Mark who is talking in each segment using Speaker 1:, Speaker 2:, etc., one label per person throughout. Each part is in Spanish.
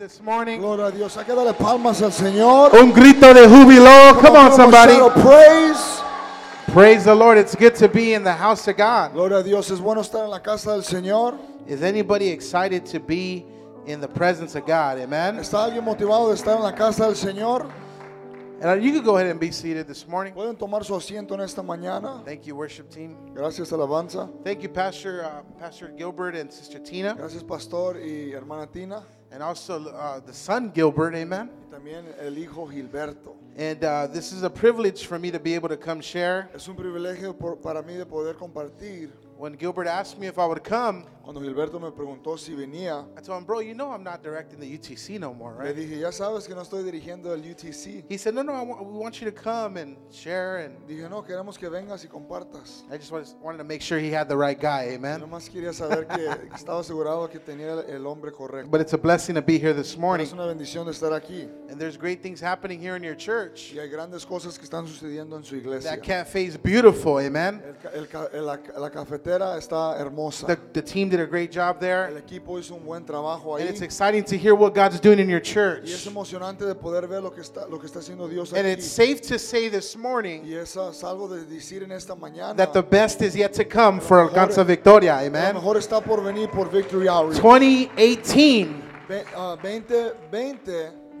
Speaker 1: this morning.
Speaker 2: Gloria a Dios. Hay que darle palmas al Señor.
Speaker 1: Un grito de júbilo. Come on,
Speaker 2: Vamos a
Speaker 1: somebody.
Speaker 2: shout of praise.
Speaker 1: Praise the Lord. It's good to be in the house of God.
Speaker 2: Gloria a Dios. Es bueno estar en la casa del Señor.
Speaker 1: Is anybody excited to be in the presence of God? Amen.
Speaker 2: ¿Está alguien motivado de estar en la casa del Señor?
Speaker 1: And uh, you can go ahead and be seated this morning.
Speaker 2: Pueden tomar su asiento en esta mañana.
Speaker 1: Thank you, worship team.
Speaker 2: Gracias, alabanza.
Speaker 1: Thank you, Pastor uh, Pastor Gilbert and Sister Tina,
Speaker 2: Gracias, pastor y hermana Tina.
Speaker 1: and also uh, the son Gilbert. Amen.
Speaker 2: Y también el hijo Gilberto.
Speaker 1: And uh, this is a privilege for me to be able to come share.
Speaker 2: Es un privilegio por- para mí de poder compartir.
Speaker 1: When Gilbert asked me if I would come,
Speaker 2: Cuando Gilberto me preguntó si venía,
Speaker 1: I told him, "Bro, you know I'm not directing the UTC no more,
Speaker 2: le
Speaker 1: right?"
Speaker 2: dije, ya sabes que no estoy dirigiendo el UTC.
Speaker 1: He said, "No, no, I want, we want you to come and share." And
Speaker 2: Dije, no, queremos que vengas y compartas.
Speaker 1: I just was, wanted to make sure he had the right guy. Amen.
Speaker 2: Nomás quería saber que estaba asegurado que tenía el- el hombre correcto.
Speaker 1: But it's a blessing to be here this
Speaker 2: Pero
Speaker 1: morning.
Speaker 2: Es una bendición de estar aquí.
Speaker 1: And there's great things happening here in your church.
Speaker 2: Y hay grandes cosas que están sucediendo en su iglesia.
Speaker 1: That cafe is beautiful, amen.
Speaker 2: El ca- el ca- el- la, la cafetera está hermosa.
Speaker 1: The, the team did a great job
Speaker 2: El
Speaker 1: there.
Speaker 2: equipo hizo un buen trabajo
Speaker 1: And it's
Speaker 2: ahí.
Speaker 1: exciting to hear what God's doing in your
Speaker 2: Y es
Speaker 1: church.
Speaker 2: emocionante de poder ver lo que está, lo que está haciendo Dios
Speaker 1: And it's
Speaker 2: aquí.
Speaker 1: safe to say this morning
Speaker 2: Y eso es algo de decir en esta mañana.
Speaker 1: that the best is yet to come for Alcanza Victoria,
Speaker 2: A lo
Speaker 1: amen.
Speaker 2: mejor está por venir por Victory Hour.
Speaker 1: 2018,
Speaker 2: Ve- ah, 20, 20, 2018,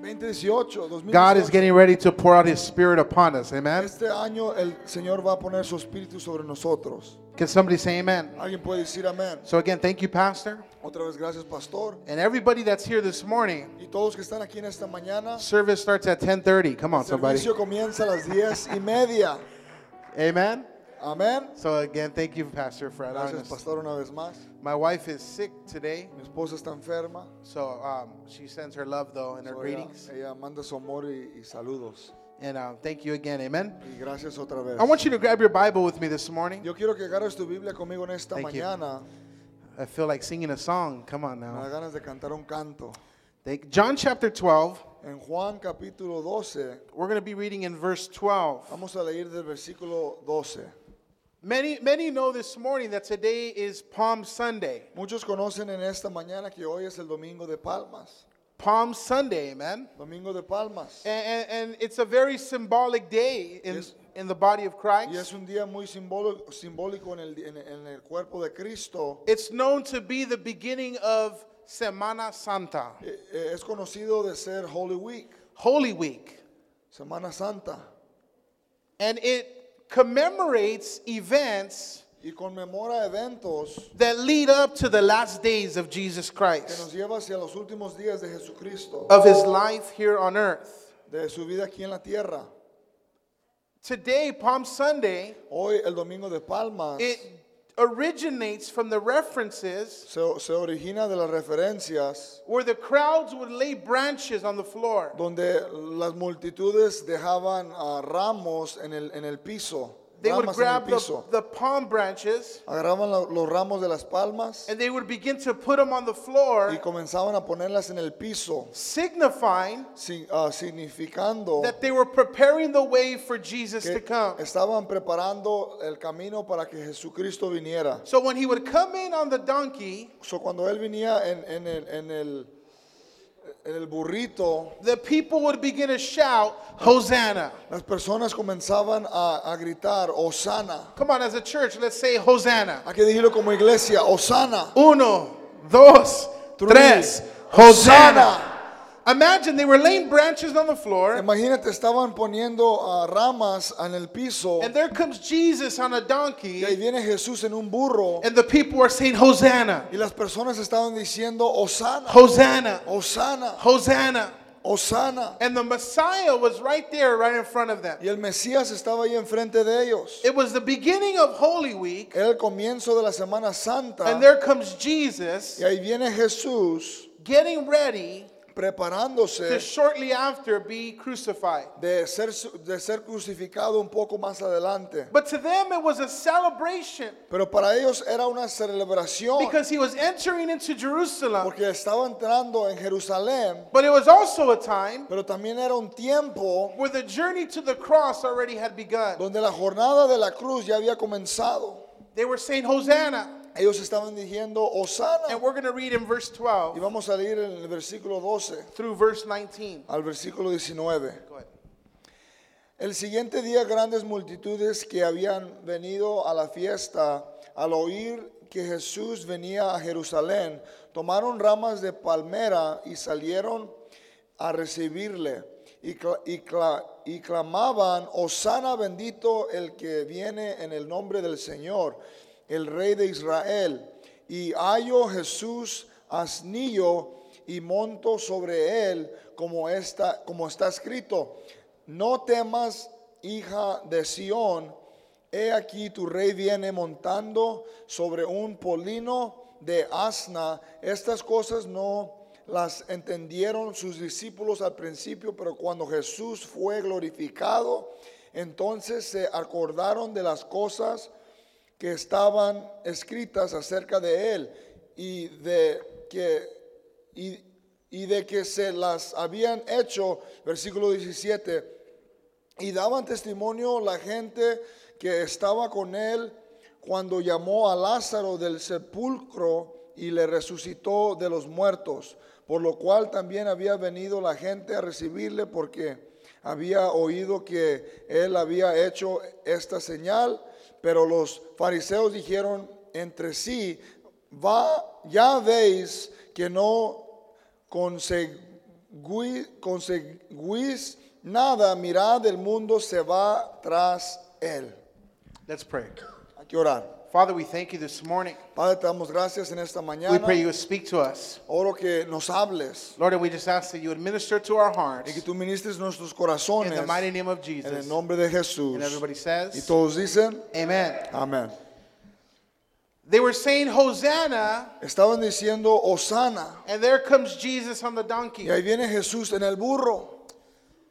Speaker 2: 2018.
Speaker 1: God is getting ready to pour out His Spirit upon us, amen.
Speaker 2: Este año el Señor va a poner su espíritu sobre nosotros.
Speaker 1: Can somebody say amen?
Speaker 2: Alguien puede decir amén.
Speaker 1: So, again, thank you, Pastor.
Speaker 2: Otra vez gracias, pastor.
Speaker 1: And everybody that's here this morning,
Speaker 2: Y todos que están aquí en esta mañana,
Speaker 1: service starts at 10.30. Come on,
Speaker 2: el
Speaker 1: somebody.
Speaker 2: servicio comienza a las 10 y media.
Speaker 1: Amen.
Speaker 2: Amén.
Speaker 1: So again, thank you, Pastor, for allowing
Speaker 2: Gracias,
Speaker 1: us.
Speaker 2: pastor, una vez más.
Speaker 1: My wife is sick today,
Speaker 2: Mi esposa está enferma.
Speaker 1: so um, she sends her love though and her
Speaker 2: So, ella,
Speaker 1: greetings.
Speaker 2: ella manda su amor y, y saludos.
Speaker 1: And um, thank you again, Amen.
Speaker 2: Y gracias otra vez.
Speaker 1: I want you to grab your Bible with me this morning.
Speaker 2: Yo quiero que agarres tu Biblia conmigo en esta
Speaker 1: Thank you.
Speaker 2: mañana.
Speaker 1: I feel like singing a song. Come on
Speaker 2: Me da
Speaker 1: now.
Speaker 2: ganas de cantar un canto.
Speaker 1: Thank- John chapter 12.
Speaker 2: En Juan capítulo 12,
Speaker 1: We're going to be reading in verse 12.
Speaker 2: vamos a leer del versículo 12.
Speaker 1: Many, many know this morning that today is Palm Sunday.
Speaker 2: Muchos conocen en esta mañana que hoy es el Domingo de Palmas.
Speaker 1: Palm Sunday, Amen.
Speaker 2: Domingo de Palmas.
Speaker 1: And, and, and it's a very symbolic day in,
Speaker 2: Yes.
Speaker 1: in the body of
Speaker 2: Y es
Speaker 1: Christ.
Speaker 2: un día muy simbólico, simbólico en, el, en- en el cuerpo de Cristo.
Speaker 1: It's known to be the beginning of Semana Santa,
Speaker 2: Eh, eh, Es conocido de ser Holy Week,
Speaker 1: Holy Week.
Speaker 2: Semana Santa,
Speaker 1: And it commemorates events
Speaker 2: y conmemora eventos
Speaker 1: that lead up to the last days of Jesus
Speaker 2: que nos
Speaker 1: Christ,
Speaker 2: lleva hacia los últimos días de Jesucristo,
Speaker 1: of his life here on earth.
Speaker 2: de su vida aquí en la tierra.
Speaker 1: Today, Palm Sunday,
Speaker 2: Hoy, el Domingo de Palmas,
Speaker 1: it originates from the references
Speaker 2: se, se origina de las referencias
Speaker 1: where the crowds would lay branches on the floor.
Speaker 2: donde las multitudes dejaban ah, ramos en el, en el piso,
Speaker 1: They would
Speaker 2: ramas en el
Speaker 1: grab the,
Speaker 2: piso.
Speaker 1: the palm branches
Speaker 2: Agarraban lo- los ramos de las palmas
Speaker 1: and they would begin to put them on the
Speaker 2: y
Speaker 1: floor,
Speaker 2: comenzaban a ponerlas en el piso.
Speaker 1: signifying
Speaker 2: sin- ah, significando
Speaker 1: that they were preparing the way for Jesus to
Speaker 2: que
Speaker 1: come.
Speaker 2: estaban preparando el camino para que Jesucristo viniera.
Speaker 1: So when he would come in on the donkey,
Speaker 2: So, cuando él venía en, en el, en, el, en el burrito,
Speaker 1: the people would begin to shout, Hosanna.
Speaker 2: las personas comenzaban a, a gritar, Osana.
Speaker 1: Come on, as a church, let's say Hosanna.
Speaker 2: Hay que decirlo como iglesia, Osana.
Speaker 1: Uno, dos,
Speaker 2: Three.
Speaker 1: tres. Hosanna. Imagine they were laying branches on the floor,
Speaker 2: Imagínate, estaban poniendo ah, ramas en el piso
Speaker 1: and there comes Jesus on a
Speaker 2: y ahí
Speaker 1: donkey,
Speaker 2: viene Jesús en un burro
Speaker 1: and the people are saying, Hosanna,
Speaker 2: y las personas estaban diciendo, Osana,
Speaker 1: Hosanna,
Speaker 2: Osana,
Speaker 1: Hosanna.
Speaker 2: Osana.
Speaker 1: And the Messiah was right there, right in front of them.
Speaker 2: Y el Mesías estaba ahí enfrente de ellos.
Speaker 1: It was the beginning of Holy Week,
Speaker 2: Era el comienzo de la Semana
Speaker 1: and
Speaker 2: Santa.
Speaker 1: there comes Jesus
Speaker 2: Y ahí viene Jesús
Speaker 1: getting ready to
Speaker 2: preparándose
Speaker 1: shortly after be crucified.
Speaker 2: de ser, su- de ser crucificado un poco más adelante.
Speaker 1: But to them, it was a celebration
Speaker 2: Pero para ellos era una celebración
Speaker 1: because he was entering into Jerusalem.
Speaker 2: porque estaba entrando en Jerusalén,
Speaker 1: But it was also a time
Speaker 2: pero también era un tiempo
Speaker 1: where the journey to the cross already had begun.
Speaker 2: donde la jornada de la cruz ya había comenzado.
Speaker 1: They were saying, Hosanna,
Speaker 2: Ellos estaban diciendo,
Speaker 1: And
Speaker 2: Osana.
Speaker 1: we're going to read in verse
Speaker 2: Y
Speaker 1: 12
Speaker 2: vamos a leer en el versículo 12
Speaker 1: through verse 19.
Speaker 2: al versículo 19.
Speaker 1: Go ahead.
Speaker 2: El siguiente día grandes multitudes que habían venido a la fiesta al oír que Jesús venía a Jerusalén tomaron ramas de palmera y salieron a recibirle y, cla- y cla- y clamaban, Osana bendito el que viene en el nombre del Señor, el Rey de Israel. Y halló Jesús asnillo y monto sobre él como está, como está escrito. No temas, hija de Sión, he aquí tu rey viene montando sobre un polino de asna. Estas cosas no las entendieron sus discípulos al principio, pero cuando Jesús fue glorificado, entonces se acordaron de las cosas que estaban escritas acerca de él y de que y, y de que se las habían hecho, versículo 17, y daban testimonio la gente que estaba con él cuando llamó a Lázaro del sepulcro y le resucitó de los muertos, por lo cual también había venido la gente a recibirle porque había oído que él había hecho esta señal, pero los fariseos dijeron entre sí, va, ya veis que no consegui- conseguís nada, mirad, el mundo se va tras él.
Speaker 1: Let's pray.
Speaker 2: Hay que orar.
Speaker 1: Father, we thank you this morning.
Speaker 2: Padre, te damos gracias en esta
Speaker 1: We
Speaker 2: mañana.
Speaker 1: pray you would speak to us.
Speaker 2: Oro que nos hables
Speaker 1: Lord, and we just ask that you would minister to our
Speaker 2: y
Speaker 1: hearts
Speaker 2: que tú ministres nuestros
Speaker 1: in
Speaker 2: corazones
Speaker 1: the mighty name of
Speaker 2: en el
Speaker 1: Jesus.
Speaker 2: nombre de Jesús.
Speaker 1: And everybody
Speaker 2: Y
Speaker 1: says,
Speaker 2: todos dicen,
Speaker 1: Amen.
Speaker 2: amén.
Speaker 1: They were saying, Hosanna,
Speaker 2: Estaban diciendo, Osana.
Speaker 1: and there comes Jesus on the donkey.
Speaker 2: Y ahí viene Jesús en el burro.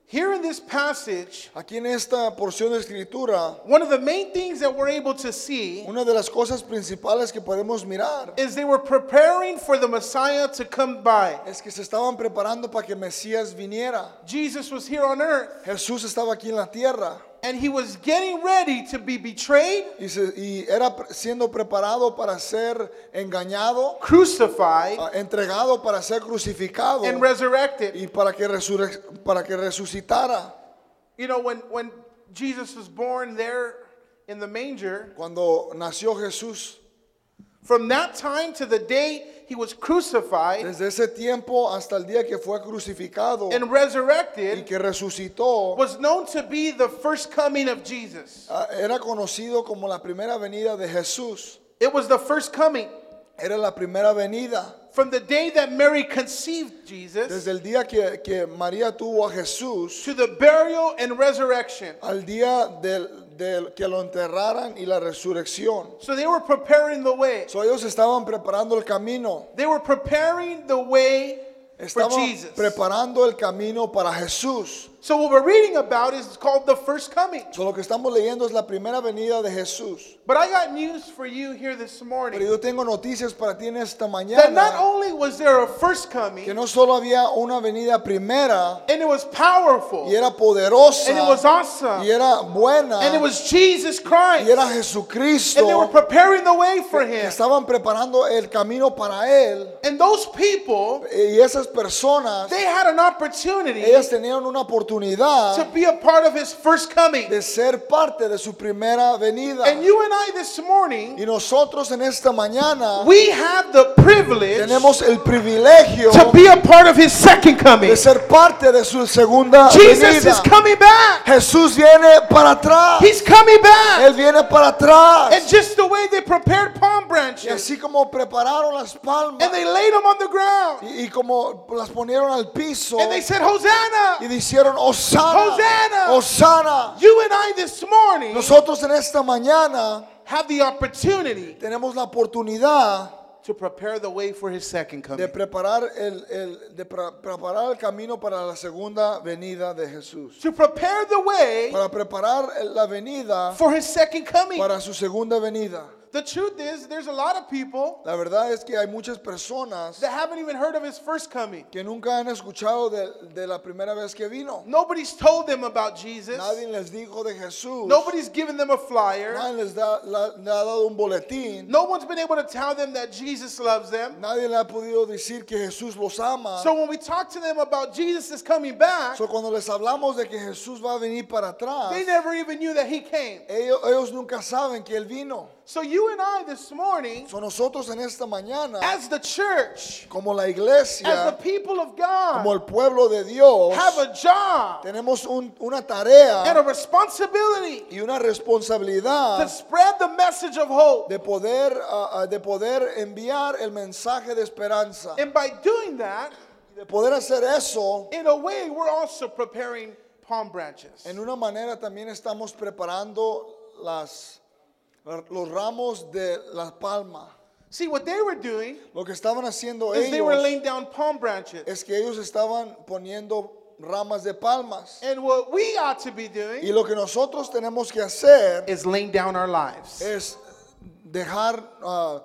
Speaker 1: Here in this passage,
Speaker 2: Aquí en esta porción de escritura,
Speaker 1: one of the main things that we're able to see
Speaker 2: una de las cosas principales que podemos mirar
Speaker 1: is they were preparing for the Messiah to come by.
Speaker 2: es que se estaban preparando para que Mesías viniera.
Speaker 1: Jesus was here on earth,
Speaker 2: Jesús estaba aquí en la tierra
Speaker 1: and he was getting ready to be betrayed,
Speaker 2: y, se- y era pre- siendo preparado para ser engañado,
Speaker 1: crucified,
Speaker 2: ah, entregado para ser crucificado
Speaker 1: and resurrected.
Speaker 2: y para que, resurre- para que resucitara.
Speaker 1: You know, when, when Jesus was born there in the manger,
Speaker 2: Cuando nació Jesús,
Speaker 1: from that time to the day he was crucified
Speaker 2: desde ese tiempo hasta el día que fue crucificado
Speaker 1: and
Speaker 2: y
Speaker 1: resurrected,
Speaker 2: que resucitó,
Speaker 1: was known to be the first coming of Jesus.
Speaker 2: ah, era conocido como la primera venida de Jesús.
Speaker 1: It was the first coming.
Speaker 2: Era la primera venida.
Speaker 1: From the day that Mary conceived Jesus
Speaker 2: Desde el día que, que María tuvo a Jesús,
Speaker 1: to the burial and resurrection.
Speaker 2: al día del, del que lo enterraran y la resurrección.
Speaker 1: So they were preparing the way.
Speaker 2: So ellos estaban preparando el camino.
Speaker 1: They were preparing the way for
Speaker 2: Estaban
Speaker 1: Jesus.
Speaker 2: preparando el camino para Jesús.
Speaker 1: So what we're reading about is called the first coming.
Speaker 2: So lo que estamos leyendo es la primera venida de Jesús.
Speaker 1: But I got news for you here this
Speaker 2: Pero
Speaker 1: morning.
Speaker 2: yo tengo noticias para ti en esta
Speaker 1: That not
Speaker 2: mañana.
Speaker 1: only was there a first
Speaker 2: Que
Speaker 1: coming,
Speaker 2: no solo había una venida primera
Speaker 1: and it was
Speaker 2: y
Speaker 1: powerful,
Speaker 2: era poderosa
Speaker 1: and it was awesome,
Speaker 2: y era buena
Speaker 1: and it
Speaker 2: y
Speaker 1: was Jesus Christ,
Speaker 2: era
Speaker 1: and they were
Speaker 2: Jesucristo.
Speaker 1: preparing the way for
Speaker 2: que
Speaker 1: him.
Speaker 2: Estaban preparando el camino para él. E,
Speaker 1: And those people,
Speaker 2: Y esas personas,
Speaker 1: they had an opportunity
Speaker 2: ellas tenían una oportunidad
Speaker 1: to be a part of his first coming.
Speaker 2: de ser parte de su primera venida.
Speaker 1: And you and I this morning,
Speaker 2: Y nosotros en esta mañana
Speaker 1: we have the privilege
Speaker 2: tenemos el privilegio
Speaker 1: to be a part of his second coming.
Speaker 2: de ser parte de su segunda
Speaker 1: Jesus is
Speaker 2: venida.
Speaker 1: coming back.
Speaker 2: Jesús viene para atrás.
Speaker 1: He's coming back.
Speaker 2: Él viene para
Speaker 1: And
Speaker 2: atrás.
Speaker 1: just the way they prepared palm
Speaker 2: Y
Speaker 1: branches
Speaker 2: así como prepararon las palmas
Speaker 1: and they laid them on the ground
Speaker 2: y, y como las ponieron al piso
Speaker 1: and they said,
Speaker 2: y
Speaker 1: Hosanna,
Speaker 2: dijeron, Osana,
Speaker 1: Hosanna.
Speaker 2: Osana.
Speaker 1: you and I this morning
Speaker 2: Nosotros en esta mañana
Speaker 1: have the opportunity
Speaker 2: tenemos la oportunidad
Speaker 1: to prepare the way for his second
Speaker 2: de
Speaker 1: coming.
Speaker 2: preparar el, el- de pra- preparar el camino para la segunda venida de Jesús.
Speaker 1: To prepare the way
Speaker 2: Para preparar el- la venida
Speaker 1: for his second coming.
Speaker 2: para su segunda venida.
Speaker 1: The truth is, there's a lot of people
Speaker 2: La verdad es que hay muchas personas
Speaker 1: that haven't even heard of his first coming.
Speaker 2: que nunca han escuchado de, de la primera vez que vino.
Speaker 1: Nobody's told them about Jesus.
Speaker 2: Nadie les dijo de Jesús.
Speaker 1: Nobody's given them a flyer.
Speaker 2: Nadie les da- la- le ha dado un boletín.
Speaker 1: No one's been able to tell them that Jesus loves them.
Speaker 2: Nadie le ha podido decir que Jesús los ama.
Speaker 1: So when we talk to them about Jesus is coming back,
Speaker 2: So, cuando les hablamos de que Jesús va a venir para atrás,
Speaker 1: they never even knew that he came.
Speaker 2: ellos, ellos nunca saben que Él vino.
Speaker 1: So you and I this morning,
Speaker 2: So, nosotros en esta mañana,
Speaker 1: as the church,
Speaker 2: como la
Speaker 1: as the
Speaker 2: iglesia,
Speaker 1: people of
Speaker 2: como
Speaker 1: God,
Speaker 2: el pueblo de Dios,
Speaker 1: have a job
Speaker 2: tenemos un- una
Speaker 1: and a
Speaker 2: tarea
Speaker 1: responsibility
Speaker 2: y una
Speaker 1: to
Speaker 2: responsabilidad
Speaker 1: spread the message of hope.
Speaker 2: de poder, ah, ah, de poder enviar el mensaje de esperanza.
Speaker 1: And by doing that,
Speaker 2: Y de poder hacer eso,
Speaker 1: in a way, we're also preparing palm branches.
Speaker 2: en una manera también estamos preparando las, los ramos de la palma.
Speaker 1: See, what they were doing
Speaker 2: Lo que estaban haciendo
Speaker 1: is they were
Speaker 2: ellos
Speaker 1: laying down palm branches.
Speaker 2: es que ellos estaban poniendo ramas de palmas.
Speaker 1: And what we ought to be
Speaker 2: Y
Speaker 1: doing
Speaker 2: lo que nosotros tenemos que hacer
Speaker 1: is laying down our lives.
Speaker 2: es dejar ah,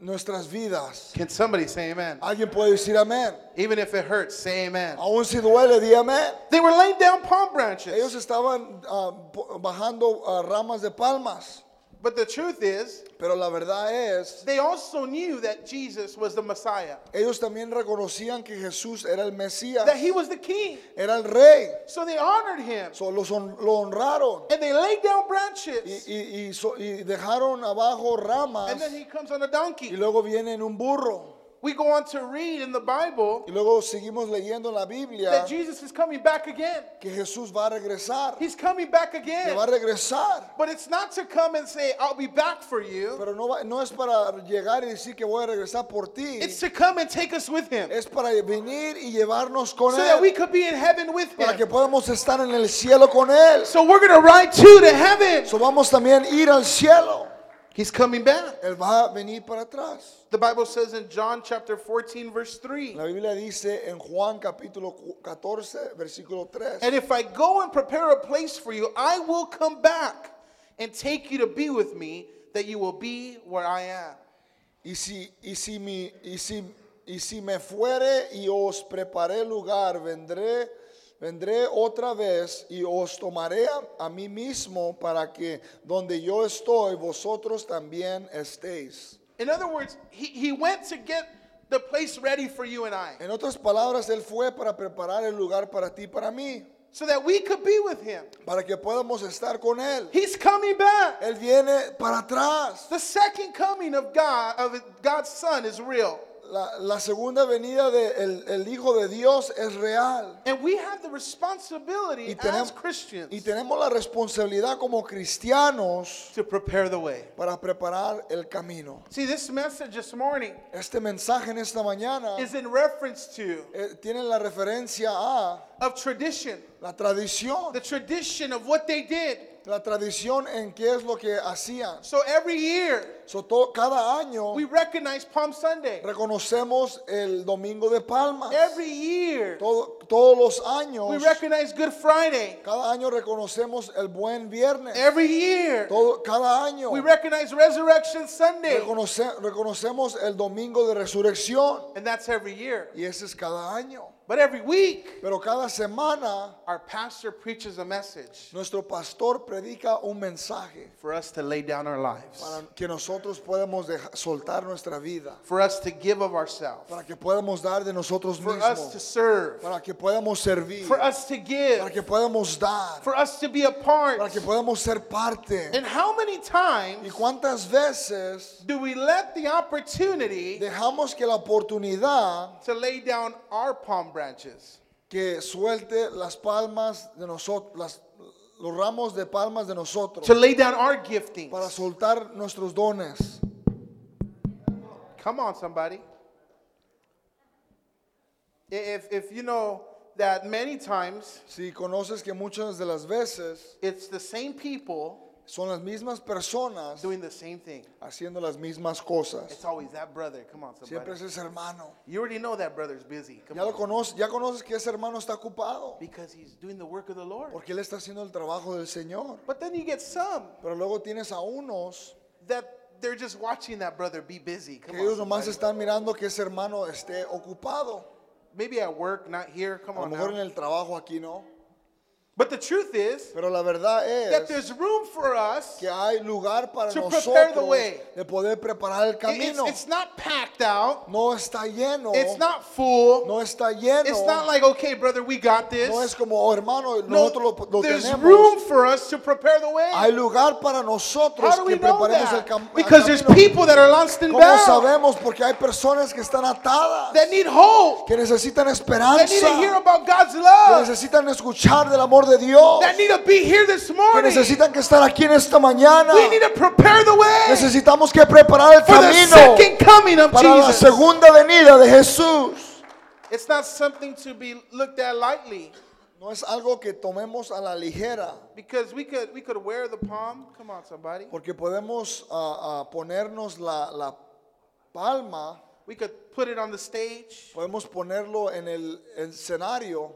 Speaker 2: nuestras vidas.
Speaker 1: Can somebody say amen?
Speaker 2: Alguien puede decir amén.
Speaker 1: Even if it hurts, say amen.
Speaker 2: Aún si duele, di amén.
Speaker 1: They were laying down palm branches.
Speaker 2: Ellos estaban ah, po- bajando ah, ramas de palmas.
Speaker 1: But the truth is,
Speaker 2: Pero la verdad es,
Speaker 1: they also knew that Jesus was the Messiah,
Speaker 2: ellos también reconocían que Jesús era el Mesías,
Speaker 1: that he was the king.
Speaker 2: era el rey.
Speaker 1: So they honored him
Speaker 2: So, los hon- lo honraron
Speaker 1: and they laid down branches.
Speaker 2: y, y- y so- y dejaron abajo ramas.
Speaker 1: And then he comes on a
Speaker 2: Y
Speaker 1: donkey.
Speaker 2: luego viene en un burro.
Speaker 1: We go on to read in the Bible
Speaker 2: Y luego seguimos leyendo en la Biblia
Speaker 1: that Jesus is coming back again.
Speaker 2: que Jesús va a regresar.
Speaker 1: He's coming back
Speaker 2: Que va a
Speaker 1: again.
Speaker 2: regresar.
Speaker 1: But it's not to come and say, I'll be back for you.
Speaker 2: Pero no, va- no es para llegar y decir que voy a regresar por ti.
Speaker 1: It's to come and take us with him
Speaker 2: Es para venir y llevarnos con
Speaker 1: so that we
Speaker 2: Él.
Speaker 1: could be in heaven with
Speaker 2: Para que
Speaker 1: him.
Speaker 2: podamos estar en el cielo con Él.
Speaker 1: So we're going to ride too to heaven.
Speaker 2: So vamos también a ir al cielo.
Speaker 1: He's coming back.
Speaker 2: Él va a venir para atrás.
Speaker 1: The Bible says in John chapter 14, verse 3.
Speaker 2: La Biblia dice en Juan capítulo cu- 14, versículo 3.
Speaker 1: And if I go and prepare a place for you, I will come back and take you to be with me, that you will be where I am.
Speaker 2: Y si, y si, mi, y si, y si me fuere y os preparé lugar, vendré, vendré otra vez y os tomaré a, a mí mismo para que donde yo estoy, vosotros también estéis.
Speaker 1: In other words, he, he went to get the place ready for you and I,
Speaker 2: En otras palabras, Él fue para preparar el lugar para ti, y para mí,
Speaker 1: so that we could be with him.
Speaker 2: para que podamos estar con Él.
Speaker 1: He's coming back.
Speaker 2: Él viene para atrás.
Speaker 1: The second coming of God, of God's Son, is real.
Speaker 2: La, la segunda venida del el Hijo de Dios es real.
Speaker 1: And we have the responsibility
Speaker 2: Y
Speaker 1: as
Speaker 2: tenemos, y
Speaker 1: Christians
Speaker 2: tenemos la responsabilidad como cristianos
Speaker 1: to prepare the way.
Speaker 2: para preparar el camino.
Speaker 1: See, this message this morning
Speaker 2: Este mensaje en esta mañana
Speaker 1: is in reference to
Speaker 2: eh, tiene la referencia a
Speaker 1: of tradition,
Speaker 2: la tradición,
Speaker 1: the tradition of what they did.
Speaker 2: la tradición en qué es lo que hacían.
Speaker 1: So every year
Speaker 2: So, to- cada año
Speaker 1: we recognize Palm Sunday.
Speaker 2: reconocemos el Domingo de Palmas.
Speaker 1: Every year
Speaker 2: Todo- todos los años,
Speaker 1: we recognize Good Friday.
Speaker 2: cada año reconocemos el Buen Viernes.
Speaker 1: Every year
Speaker 2: Todo, cada año
Speaker 1: we recognize Resurrection Sunday.
Speaker 2: reconoce- reconocemos el Domingo de Resurrección.
Speaker 1: And that's every year.
Speaker 2: Y ese es cada año.
Speaker 1: But every week
Speaker 2: Pero cada semana
Speaker 1: our pastor preaches a message
Speaker 2: nuestro pastor predica un mensaje.
Speaker 1: for us to lay down our lives,
Speaker 2: para que nosotros podamos deja- soltar nuestra vida,
Speaker 1: for us to give of ourselves,
Speaker 2: para que podamos dar de nosotros
Speaker 1: for us to
Speaker 2: mismos,
Speaker 1: serve,
Speaker 2: para que podamos servir,
Speaker 1: for us to
Speaker 2: para
Speaker 1: give,
Speaker 2: que podamos dar,
Speaker 1: for us to be a
Speaker 2: para
Speaker 1: part.
Speaker 2: que podamos ser parte.
Speaker 1: And how many
Speaker 2: ¿Y
Speaker 1: times
Speaker 2: cuántas veces
Speaker 1: do we let the opportunity
Speaker 2: dejamos que la oportunidad
Speaker 1: to lay down our palm branches?
Speaker 2: que suelte las palmas de nosotros, los ramos de palmas de nosotros,
Speaker 1: to lay down our giftings.
Speaker 2: para soltar nuestros dones?
Speaker 1: Come on, somebody. I- If, if you know that many times
Speaker 2: Si conoces que muchas de las veces
Speaker 1: it's the same people
Speaker 2: son las mismas personas
Speaker 1: doing the same thing,
Speaker 2: haciendo las mismas cosas,
Speaker 1: it's always that brother. Come on,
Speaker 2: siempre
Speaker 1: somebody.
Speaker 2: es ese hermano.
Speaker 1: You already know that brother's busy. Come
Speaker 2: Ya lo
Speaker 1: on.
Speaker 2: conoces, ya conoces que ese hermano está ocupado
Speaker 1: Because he's doing the work of the Lord.
Speaker 2: porque él está haciendo el trabajo del Señor.
Speaker 1: But then you get some
Speaker 2: Pero luego tienes a unos
Speaker 1: that they're just watching that brother be busy. Come
Speaker 2: Que ellos
Speaker 1: on.
Speaker 2: nomás
Speaker 1: somebody.
Speaker 2: están mirando que ese hermano esté ocupado.
Speaker 1: Maybe at work, not here. Come
Speaker 2: A lo
Speaker 1: on.
Speaker 2: mejor
Speaker 1: now.
Speaker 2: en el trabajo aquí no.
Speaker 1: But the truth is
Speaker 2: Pero la verdad
Speaker 1: that
Speaker 2: es
Speaker 1: there's room for us.
Speaker 2: que hay lugar para
Speaker 1: To prepare the
Speaker 2: nosotros
Speaker 1: way.
Speaker 2: de poder preparar el
Speaker 1: It- It's,
Speaker 2: camino.
Speaker 1: it's not packed out.
Speaker 2: No está lleno.
Speaker 1: It's not full.
Speaker 2: No está lleno.
Speaker 1: It's not like, okay, brother, we got this.
Speaker 2: No es como, oh, hermano,
Speaker 1: No,
Speaker 2: nosotros lo, lo
Speaker 1: there's
Speaker 2: tenemos.
Speaker 1: room for us to prepare the way.
Speaker 2: Hay lugar para nosotros
Speaker 1: How do we
Speaker 2: que
Speaker 1: know
Speaker 2: preparemos el,
Speaker 1: that?
Speaker 2: cam- el
Speaker 1: Because there's
Speaker 2: camino.
Speaker 1: people that are lost and
Speaker 2: ¿Cómo
Speaker 1: bound,
Speaker 2: sabemos? Porque hay personas que están atadas,
Speaker 1: that need hope,
Speaker 2: que necesitan
Speaker 1: that
Speaker 2: esperanza,
Speaker 1: need to hear
Speaker 2: que
Speaker 1: about God's love,
Speaker 2: necesitan escuchar del amor de Dios,
Speaker 1: that need to be here this
Speaker 2: que
Speaker 1: morning.
Speaker 2: necesitan que estar aquí en esta mañana.
Speaker 1: We need to prepare the way
Speaker 2: Necesitamos que preparar el
Speaker 1: for the
Speaker 2: camino
Speaker 1: second coming of
Speaker 2: para la
Speaker 1: Jesus.
Speaker 2: segunda venida de Jesús.
Speaker 1: It's not something to be looked at lightly
Speaker 2: No es algo que tomemos a la ligera,
Speaker 1: because we could we could wear the palm. Come on, somebody.
Speaker 2: porque podemos ah, ah, ponernos la, la palma,
Speaker 1: We could put it on the stage,
Speaker 2: podemos ponerlo en el el escenario,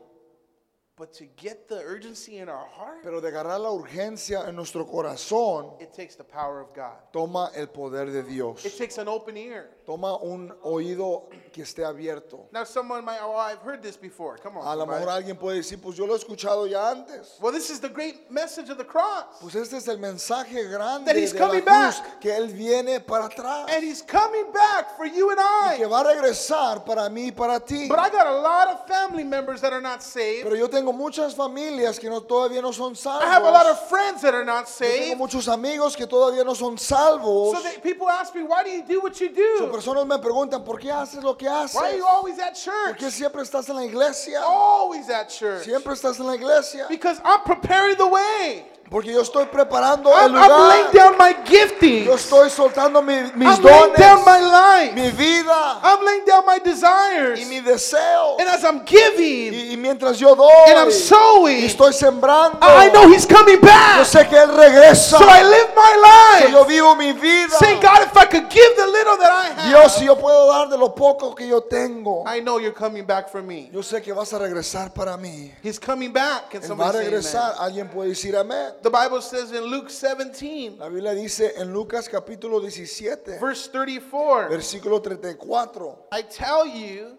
Speaker 1: but to get the urgency in our heart,
Speaker 2: pero de agarrar la urgencia en nuestro corazón.
Speaker 1: it takes the power of God.
Speaker 2: Toma el poder de Dios.
Speaker 1: It takes an open ear.
Speaker 2: Toma un oído que esté abierto.
Speaker 1: Now, someone might, oh, I've heard this before. Come on.
Speaker 2: A lo
Speaker 1: somebody.
Speaker 2: mejor alguien puede decir, pues yo lo he escuchado ya antes.
Speaker 1: Well, this is the great message of the cross.
Speaker 2: Pues este es el mensaje grande
Speaker 1: That
Speaker 2: de
Speaker 1: he's coming
Speaker 2: la cruz,
Speaker 1: back.
Speaker 2: que él viene para atrás
Speaker 1: And he's coming back for you and
Speaker 2: y que
Speaker 1: I.
Speaker 2: va a regresar para mí y para ti.
Speaker 1: But I got a lot of family members that are not saved.
Speaker 2: Pero yo tengo muchas familias que no, todavía no son
Speaker 1: I have a lot
Speaker 2: salvos.
Speaker 1: of friends that are not
Speaker 2: Yo tengo
Speaker 1: saved.
Speaker 2: muchos amigos que todavía no son salvos.
Speaker 1: So that people ask me, why do you do what you
Speaker 2: Las
Speaker 1: do?
Speaker 2: personas me preguntan, ¿por qué haces lo que haces?
Speaker 1: Why are Oh. you always at
Speaker 2: ¿Por qué
Speaker 1: church?
Speaker 2: siempre estás en la iglesia?
Speaker 1: Always at church.
Speaker 2: Siempre estás en la iglesia.
Speaker 1: Because I'm preparing the way.
Speaker 2: Porque yo estoy preparando
Speaker 1: I'm,
Speaker 2: el
Speaker 1: I'm laying
Speaker 2: lugar.
Speaker 1: down my gifting.
Speaker 2: Yo estoy soltando mi- mis
Speaker 1: I'm laying down my
Speaker 2: dones,
Speaker 1: life.
Speaker 2: mi vida
Speaker 1: I'm laying down my desires.
Speaker 2: y mi deseo.
Speaker 1: And as I'm giving
Speaker 2: Y, y mientras yo doy,
Speaker 1: and I'm
Speaker 2: y
Speaker 1: sowing,
Speaker 2: estoy sembrando.
Speaker 1: I know He's coming
Speaker 2: Yo
Speaker 1: back.
Speaker 2: sé que Él regresa.
Speaker 1: So I live
Speaker 2: Que
Speaker 1: my
Speaker 2: yo
Speaker 1: life
Speaker 2: vivo mi vida.
Speaker 1: saying, God, if I could give the little that I have,
Speaker 2: Dios, si yo puedo dar de lo poco que yo tengo,
Speaker 1: I know you're coming back for me.
Speaker 2: yo sé que vas a regresar para mí.
Speaker 1: He's coming back. Can
Speaker 2: Él va a
Speaker 1: somebody say
Speaker 2: regresar.
Speaker 1: amen?
Speaker 2: Alguien puede decir amén.
Speaker 1: The Bible says in Luke 17,
Speaker 2: La Biblia dice en Lucas capítulo 17,
Speaker 1: verse 34,
Speaker 2: versículo 34.
Speaker 1: I tell you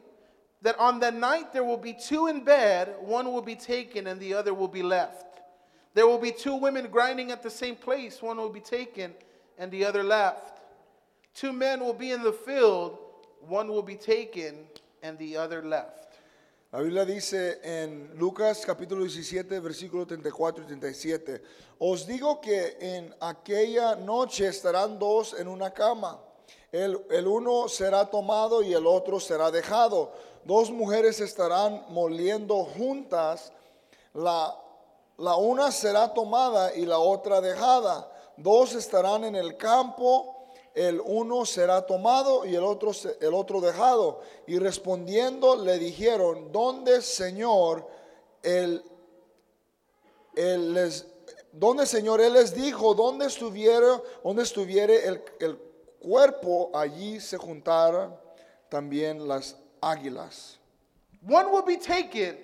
Speaker 1: that on that night there will be two in bed, one will be taken and the other will be left. There will be two women grinding at the same place, one will be taken and the other left. Two men will be in the field, one will be taken and the other left.
Speaker 2: La Biblia dice en Lucas capítulo 17, versículo 34 y 37, os digo que en aquella noche estarán dos en una cama, el, el uno será tomado y el otro será dejado, dos mujeres estarán moliendo juntas, la, la una será tomada y la otra dejada, dos estarán en el campo, el uno será tomado y el otro, se- el otro dejado. Y respondiendo le dijeron, ¿dónde, Señor, el, el les, dónde, Señor, él les dijo, dónde estuviera, dónde estuviere el, el cuerpo, allí se juntaron también las águilas.
Speaker 1: One will be taken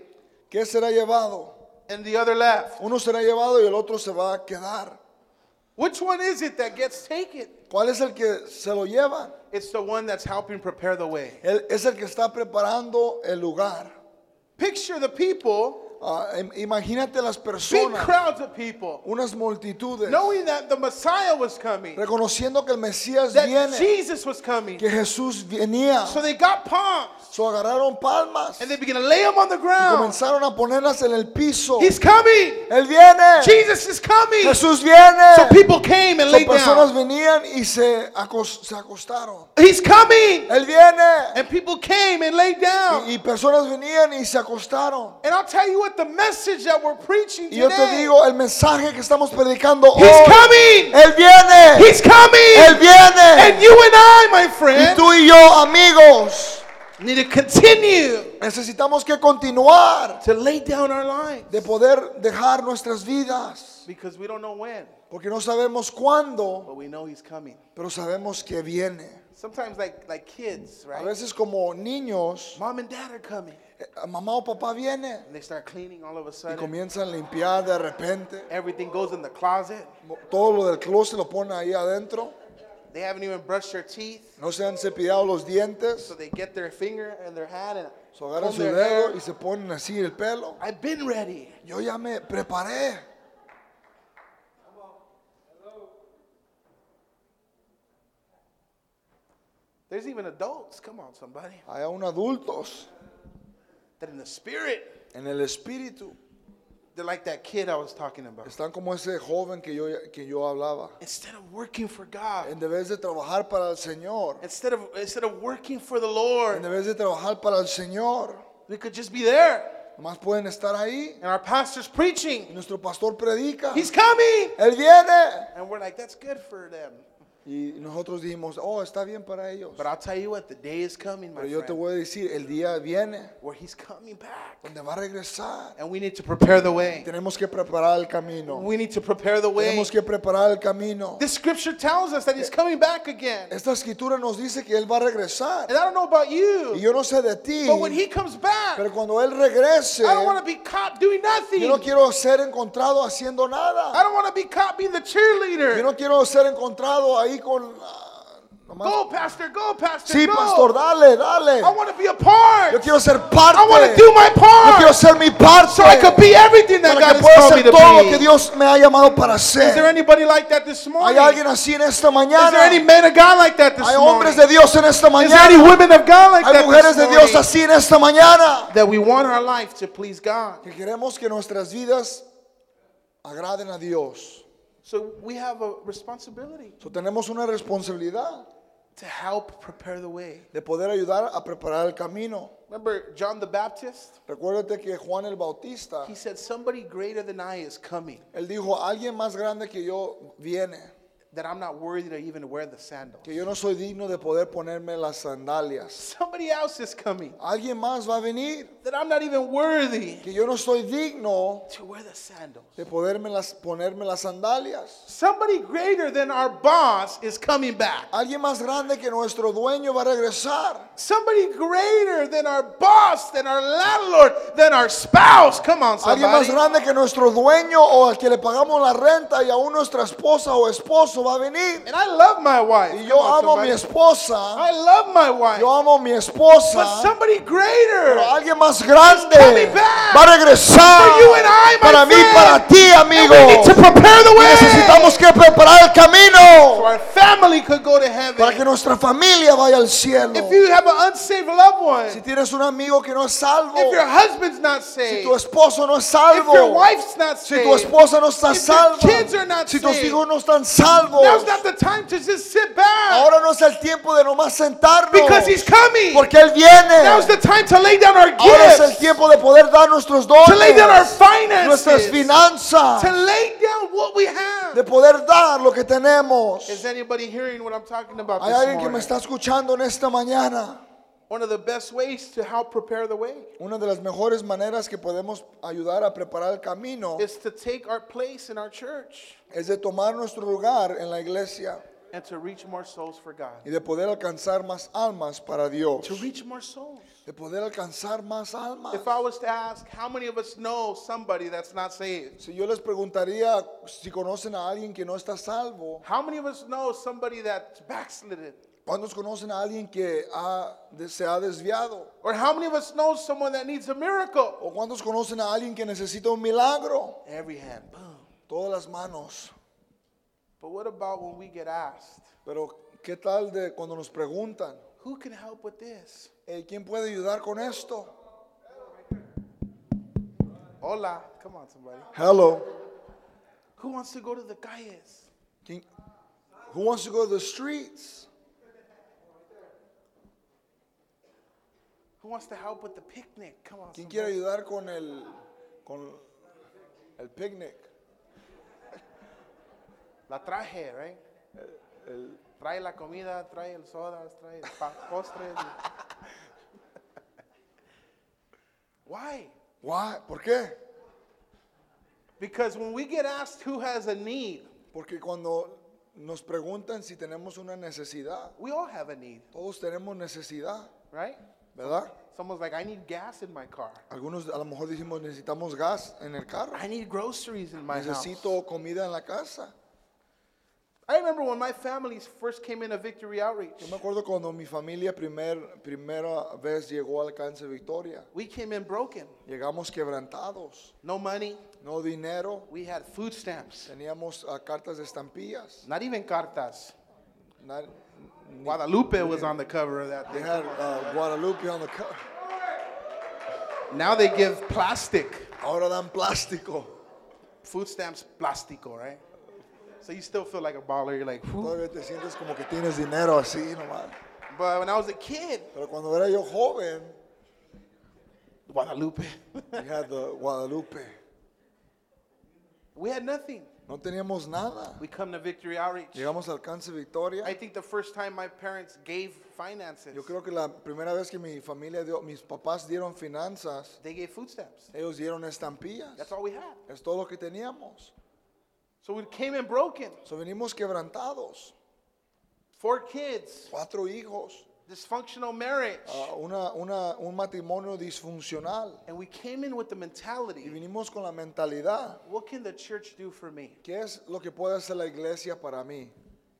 Speaker 2: ¿Qué será llevado?
Speaker 1: and the other left.
Speaker 2: Uno será llevado y el otro se va a quedar.
Speaker 1: Which one is it that gets taken?
Speaker 2: ¿Cuál es el que se lo lleva?
Speaker 1: It's the one that's helping prepare the way.
Speaker 2: Él es el que está preparando el lugar.
Speaker 1: Picture the people,
Speaker 2: Ah, im- imagínate las
Speaker 1: big
Speaker 2: personas,
Speaker 1: crowds of people,
Speaker 2: unas multitudes,
Speaker 1: knowing that the Messiah was coming,
Speaker 2: reconociendo que el Mesías
Speaker 1: that
Speaker 2: viene,
Speaker 1: Jesus was coming.
Speaker 2: que Jesús venía.
Speaker 1: So they got palms
Speaker 2: So agarraron palmas
Speaker 1: and they
Speaker 2: y
Speaker 1: began to lay them on the ground.
Speaker 2: comenzaron a ponerlas en el piso.
Speaker 1: He's coming.
Speaker 2: Él viene,
Speaker 1: Jesus is coming.
Speaker 2: Jesús viene.
Speaker 1: So people came and
Speaker 2: So
Speaker 1: laid
Speaker 2: personas
Speaker 1: down.
Speaker 2: venían y se, acos- se acostaron.
Speaker 1: He's coming.
Speaker 2: Él viene
Speaker 1: And people came and laid down.
Speaker 2: y, y personas venían y se acostaron.
Speaker 1: And I'll tell you what the message that we're preaching
Speaker 2: Y yo te
Speaker 1: today.
Speaker 2: digo el mensaje que estamos predicando hoy. eh,
Speaker 1: He's coming.
Speaker 2: Él viene,
Speaker 1: He's coming.
Speaker 2: él viene.
Speaker 1: And you and I, my
Speaker 2: eh. Y
Speaker 1: friend,
Speaker 2: tú y yo, amigos,
Speaker 1: need to continue
Speaker 2: necesitamos que continuar
Speaker 1: to lay down our lives
Speaker 2: de poder dejar nuestras vidas,
Speaker 1: because we don't know when,
Speaker 2: porque no sabemos cuándo,
Speaker 1: but we know He's coming.
Speaker 2: pero sabemos que viene.
Speaker 1: Sometimes, like like kids,
Speaker 2: A
Speaker 1: right?
Speaker 2: veces como niños,
Speaker 1: Mom and dad are coming,
Speaker 2: eh, mamá o papá viene
Speaker 1: and they start cleaning all of a
Speaker 2: y
Speaker 1: sudden.
Speaker 2: comienzan a limpiar de repente.
Speaker 1: Everything goes in the closet.
Speaker 2: Todo lo del closet lo ponen ahí adentro.
Speaker 1: They haven't even brushed their teeth,
Speaker 2: No se han cepillado los dientes.
Speaker 1: so they get their finger and their hand and
Speaker 2: Se agarran
Speaker 1: comb
Speaker 2: su
Speaker 1: their
Speaker 2: dedo
Speaker 1: hair.
Speaker 2: y se ponen así el pelo.
Speaker 1: I've been ready.
Speaker 2: Yo ya me preparé.
Speaker 1: There's even adults. Come on, somebody.
Speaker 2: Hay aún adultos
Speaker 1: That in the spirit,
Speaker 2: en el espíritu.
Speaker 1: they're like that kid I was talking about.
Speaker 2: Están como ese joven que yo, que yo hablaba.
Speaker 1: Instead of working for God,
Speaker 2: En vez de trabajar para el Señor,
Speaker 1: instead of instead of working for the
Speaker 2: en
Speaker 1: Lord,
Speaker 2: vez de trabajar para el Señor,
Speaker 1: we could just be there.
Speaker 2: más pueden estar ahí.
Speaker 1: And our pastor's
Speaker 2: Y
Speaker 1: preaching.
Speaker 2: nuestro pastor predica.
Speaker 1: He's coming.
Speaker 2: Él viene.
Speaker 1: And we're like, that's good for them.
Speaker 2: Y nosotros dijimos, oh, está bien para ellos.
Speaker 1: But I'll tell you what, the day is coming, my
Speaker 2: Pero yo te
Speaker 1: friend,
Speaker 2: voy a decir, el día viene
Speaker 1: where he's coming back.
Speaker 2: donde va a regresar.
Speaker 1: And we need to prepare the way.
Speaker 2: Tenemos que preparar el camino.
Speaker 1: We need to prepare the way.
Speaker 2: Tenemos que preparar el camino.
Speaker 1: This scripture tells us that he's coming back again.
Speaker 2: Esta escritura nos dice que Él va a regresar.
Speaker 1: And I don't know about
Speaker 2: Y
Speaker 1: you,
Speaker 2: yo no sé de ti,
Speaker 1: but when he comes back, I
Speaker 2: pero cuando Él regrese,
Speaker 1: don't want
Speaker 2: yo
Speaker 1: to be caught doing nothing.
Speaker 2: no
Speaker 1: I
Speaker 2: quiero ser encontrado haciendo nada.
Speaker 1: don't want to be caught being the
Speaker 2: Yo
Speaker 1: cheerleader.
Speaker 2: no quiero ser encontrado ahí con... ah, nomás-
Speaker 1: Go, pastor, go, pastor,
Speaker 2: Sí,
Speaker 1: go.
Speaker 2: pastor, dale, dale.
Speaker 1: I want to be a part.
Speaker 2: Yo quiero ser
Speaker 1: I want to
Speaker 2: parte.
Speaker 1: do my
Speaker 2: Yo quiero
Speaker 1: part
Speaker 2: ser mi parte.
Speaker 1: so I could be everything that
Speaker 2: Para
Speaker 1: God
Speaker 2: que
Speaker 1: has
Speaker 2: pueda
Speaker 1: called me
Speaker 2: ser
Speaker 1: to
Speaker 2: todo lo
Speaker 1: be.
Speaker 2: que Dios me ha llamado para
Speaker 1: Is there
Speaker 2: ser.
Speaker 1: anybody like that this morning?
Speaker 2: Hay alguien así en esta
Speaker 1: Is there
Speaker 2: mañana.
Speaker 1: any man of God like that this
Speaker 2: Hay
Speaker 1: morning?
Speaker 2: hombres de Dios en esta
Speaker 1: Is there any
Speaker 2: mañana.
Speaker 1: women of God like
Speaker 2: Hay
Speaker 1: that
Speaker 2: mujeres de
Speaker 1: this
Speaker 2: Dios
Speaker 1: morning?
Speaker 2: así en esta mañana.
Speaker 1: That we want our life to please God.
Speaker 2: Que queremos que nuestras vidas agraden a Dios.
Speaker 1: So we have a responsibility
Speaker 2: So, tenemos una responsabilidad
Speaker 1: to help prepare the way.
Speaker 2: de poder ayudar a preparar el camino.
Speaker 1: Remember John the Baptist?
Speaker 2: Recuérdate que Juan el Bautista,
Speaker 1: He said, Somebody greater than I is coming,
Speaker 2: él dijo, alguien más grande que yo viene,
Speaker 1: that I'm not worthy to even wear the sandals.
Speaker 2: que yo no soy digno de poder ponerme las sandalias.
Speaker 1: Somebody else is coming,
Speaker 2: Alguien más va a venir,
Speaker 1: that I'm not even worthy
Speaker 2: que yo no soy digno
Speaker 1: to wear the sandals.
Speaker 2: de poderme las, ponerme las sandalias.
Speaker 1: Somebody greater than our boss is coming back.
Speaker 2: Alguien más grande que nuestro dueño va a regresar.
Speaker 1: Somebody greater than our boss, than our landlord, than our spouse. Come on,
Speaker 2: Alguien más
Speaker 1: somebody.
Speaker 2: grande que nuestro dueño o al que le pagamos la renta y aún nuestra esposa o esposo va a venir.
Speaker 1: And I love my wife.
Speaker 2: Y
Speaker 1: Come
Speaker 2: yo
Speaker 1: on,
Speaker 2: amo a
Speaker 1: somebody.
Speaker 2: mi esposa,
Speaker 1: I love my wife.
Speaker 2: yo amo a mi
Speaker 1: But
Speaker 2: esposa,
Speaker 1: somebody greater.
Speaker 2: pero alguien más grande
Speaker 1: coming back.
Speaker 2: va a regresar
Speaker 1: For you and I, my
Speaker 2: para mí,
Speaker 1: friend.
Speaker 2: para ti,
Speaker 1: And
Speaker 2: amigo.
Speaker 1: we need to prepare the way.
Speaker 2: Necesitamos que preparar el
Speaker 1: so
Speaker 2: camino
Speaker 1: our family could go to heaven.
Speaker 2: para que nuestra familia vaya al cielo.
Speaker 1: if you have an unsaved loved one,
Speaker 2: Si tienes un amigo que no es salvo,
Speaker 1: if your husband's not
Speaker 2: si
Speaker 1: saved,
Speaker 2: tu esposo no es
Speaker 1: if your
Speaker 2: salvo,
Speaker 1: wife's not
Speaker 2: si
Speaker 1: saved,
Speaker 2: tu esposa no está
Speaker 1: if your
Speaker 2: salva,
Speaker 1: kids are not
Speaker 2: si tus
Speaker 1: saved,
Speaker 2: hijos no están salvos,
Speaker 1: now's not the time to just sit back
Speaker 2: Ahora no es el tiempo de nomás sentarnos.
Speaker 1: because he's coming.
Speaker 2: Porque Él viene.
Speaker 1: now's the time to lay down our
Speaker 2: Ahora es el
Speaker 1: gifts,
Speaker 2: tiempo de poder dar nuestros dones.
Speaker 1: to lay down our
Speaker 2: nuestras
Speaker 1: finances,
Speaker 2: finanzas.
Speaker 1: to lay down what we have.
Speaker 2: De poder dar lo que tenemos.
Speaker 1: Is anybody hearing what I'm talking about
Speaker 2: Hay
Speaker 1: this
Speaker 2: alguien que
Speaker 1: morning?
Speaker 2: me está escuchando en esta mañana.
Speaker 1: One of the best ways to help prepare the way
Speaker 2: Una de las mejores maneras que podemos ayudar a preparar el camino
Speaker 1: is to take our place in our church
Speaker 2: es de tomar nuestro lugar en la iglesia
Speaker 1: and to reach more souls for God.
Speaker 2: y de poder alcanzar más almas para Dios.
Speaker 1: To reach more souls.
Speaker 2: De poder alcanzar más almas.
Speaker 1: If I was to ask how many of us know somebody that's not saved,
Speaker 2: Si yo les preguntaría si conocen a alguien que no está salvo,
Speaker 1: how many of us know somebody that's backslidden?
Speaker 2: ¿Cuántos conocen a alguien que ha- de- se ha desviado?
Speaker 1: Or how many of us know someone that needs a miracle?
Speaker 2: ¿O cuántos conocen a alguien que necesita un milagro?
Speaker 1: Every hand, boom.
Speaker 2: Todas las manos.
Speaker 1: But what about when we get asked,
Speaker 2: Pero ¿qué tal de cuando nos preguntan,
Speaker 1: who can help with this?
Speaker 2: "Eh, ¿quién puede ayudar con esto?
Speaker 1: Hola, come on, somebody.
Speaker 2: Hello.
Speaker 1: Who wants to go to the calles?
Speaker 2: Can- who wants to go to the streets?
Speaker 1: Who wants to help with the picnic? Come on,
Speaker 2: ¿Quién
Speaker 1: somebody.
Speaker 2: quiere ayudar con el, con el picnic?
Speaker 1: La traje, right? trae la comida, trae el sodas, trae el pa- postres. Why?
Speaker 2: Why? ¿Por qué?
Speaker 1: Because when we get asked who has a need,
Speaker 2: Porque cuando nos preguntan si tenemos una necesidad,
Speaker 1: we all have a need,
Speaker 2: todos tenemos necesidad,
Speaker 1: right?
Speaker 2: ¿verdad?
Speaker 1: Someone's like, I need gas in my car.
Speaker 2: Algunos a lo mejor dijimos necesitamos gas en el carro,
Speaker 1: I need groceries in my house.
Speaker 2: necesito comida en la casa.
Speaker 1: I remember when my family first came into Victory Outreach.
Speaker 2: Yo me acuerdo cuando mi familia primer, primera vez llegó al alcance Victoria.
Speaker 1: We came in broken.
Speaker 2: Llegamos quebrantados,
Speaker 1: No money.
Speaker 2: no dinero,
Speaker 1: We had food stamps.
Speaker 2: teníamos ah, cartas de estampillas.
Speaker 1: Not even cartas.
Speaker 2: na- ni-
Speaker 1: Guadalupe was on the cover of that
Speaker 2: They
Speaker 1: thing.
Speaker 2: had uh, Guadalupe on the cover.
Speaker 1: Now they give plastic.
Speaker 2: Ahora dan plástico.
Speaker 1: Food stamps, plastico, right? So you still feel like a baller. You're like, whew.
Speaker 2: Todavía te sientes como que tienes dinero así nomás.
Speaker 1: But when I was a kid,
Speaker 2: Pero cuando era yo joven,
Speaker 1: Guadalupe,
Speaker 2: we had the Guadalupe.
Speaker 1: we had nothing.
Speaker 2: No teníamos nada.
Speaker 1: We come to Victory Outreach.
Speaker 2: Llegamos al alcance Victoria.
Speaker 1: I think the first time my parents gave finances,
Speaker 2: Yo creo que la primera vez que mi familia dio, mis papás dieron finanzas,
Speaker 1: they gave food stamps.
Speaker 2: ellos dieron estampillas.
Speaker 1: That's all we had.
Speaker 2: Es todo lo que teníamos.
Speaker 1: So we came in broken.
Speaker 2: So, venimos quebrantados.
Speaker 1: Four kids,
Speaker 2: Cuatro hijos.
Speaker 1: dysfunctional marriage.
Speaker 2: ah, una, una- un matrimonio disfuncional.
Speaker 1: And we came in with the
Speaker 2: Y
Speaker 1: mentality
Speaker 2: vinimos con la mentalidad.
Speaker 1: what can the church do for me?
Speaker 2: ¿Qué es lo que puede hacer la iglesia para mí?